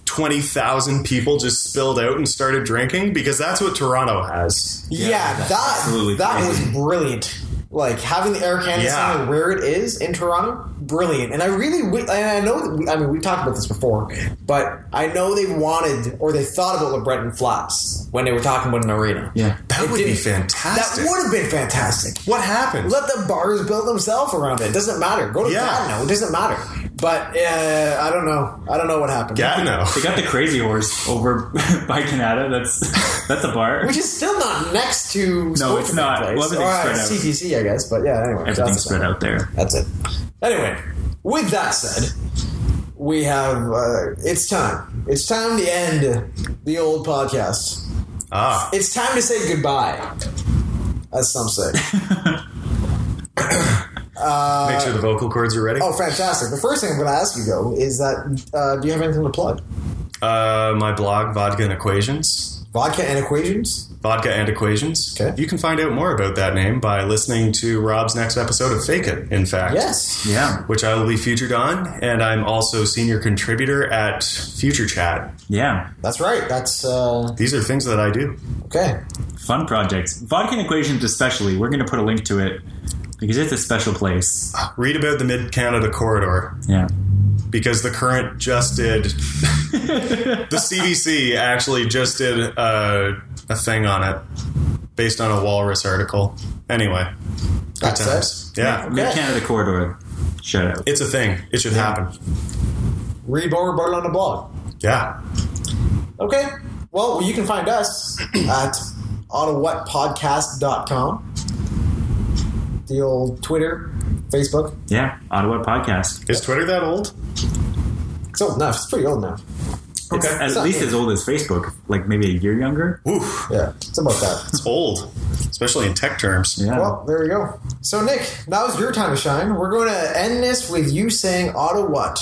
Speaker 3: twenty thousand people just spilled out and started drinking? Because that's what Toronto has.
Speaker 6: Yeah, that
Speaker 5: absolutely
Speaker 6: that
Speaker 5: crazy.
Speaker 6: was brilliant. Like having the Air Canada
Speaker 3: Yeah.
Speaker 6: Center where it is in Toronto, brilliant. And I really, wi- and I know, that we, I mean, we talked about this before, but I know they wanted or they thought about LeBreton Flats when they were talking about an arena.
Speaker 5: Yeah.
Speaker 3: That
Speaker 6: It
Speaker 3: would be
Speaker 6: didn't-
Speaker 3: fantastic.
Speaker 6: That would have been fantastic.
Speaker 3: what happened?
Speaker 6: Let the bars build themselves around it. Doesn't matter. Go to
Speaker 3: Yeah.
Speaker 6: Gatineau. It doesn't matter. But uh, I don't know. I don't know what happened.
Speaker 3: Gatineau.
Speaker 5: They got the Crazy Horse over by Canada. That's that's a bar.
Speaker 6: Which is still not next to
Speaker 5: No, it's
Speaker 6: Scotiabank
Speaker 5: not.
Speaker 6: Place.
Speaker 5: Well, everything's
Speaker 6: Or, uh,
Speaker 5: spread out.
Speaker 6: CTC, I guess. But yeah, anyway,
Speaker 5: Everything's
Speaker 6: that's-
Speaker 5: spread out there.
Speaker 6: That's it. Anyway, with that said, we have uh, it's time. It's time to end the old podcast.
Speaker 3: Ah,
Speaker 6: It's time to say goodbye, as some say.
Speaker 3: make sure the vocal cords are ready.
Speaker 6: Oh, fantastic! The first thing I'm going to ask you though is that uh, do you have anything to plug?
Speaker 3: Uh, my blog, Vodka and Equations.
Speaker 6: Vodka and equations.
Speaker 3: Vodka and Equations.
Speaker 6: Okay.
Speaker 3: You can find out more about that name by listening to Rob's next episode of Fake It, in fact.
Speaker 6: Yes.
Speaker 5: Yeah.
Speaker 3: Which I will be featured on, and I'm also senior contributor at Future Chat.
Speaker 5: Yeah.
Speaker 6: That's right. That's uh,
Speaker 3: These are things that I do.
Speaker 6: okay.
Speaker 5: Fun projects. Vodkin equations especially. We're gonna put a link to it because it's a special place.
Speaker 3: Read about the Mid Canada corridor
Speaker 5: Yeah.
Speaker 3: because the current just did. the CBC actually just did a, a thing on it based on a Walrus article. Anyway, good
Speaker 6: That's
Speaker 3: times. Yeah,
Speaker 5: Mid
Speaker 6: Okay.
Speaker 5: Canada corridor. Shout out.
Speaker 3: it's a thing. It should happen.
Speaker 6: Read Bower Bartle on the blog.
Speaker 3: Yeah.
Speaker 6: Okay. Well, you can find us at ottawhatpodcast.com. The old Twitter, Facebook.
Speaker 5: Yeah. Ottawa podcast.
Speaker 3: Is Twitter that old?
Speaker 6: It's old enough. It's pretty old now.
Speaker 5: It's
Speaker 3: Okay.
Speaker 5: at least as old as Facebook, like maybe a year younger.
Speaker 3: Oof,
Speaker 6: Yeah, it's about that.
Speaker 3: it's old, especially in tech terms.
Speaker 5: Yeah.
Speaker 6: Well, there you go. So, Nick, that was your time to shine. We're going to end this with you saying Ottawa.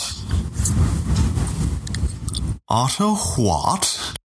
Speaker 7: Otto what?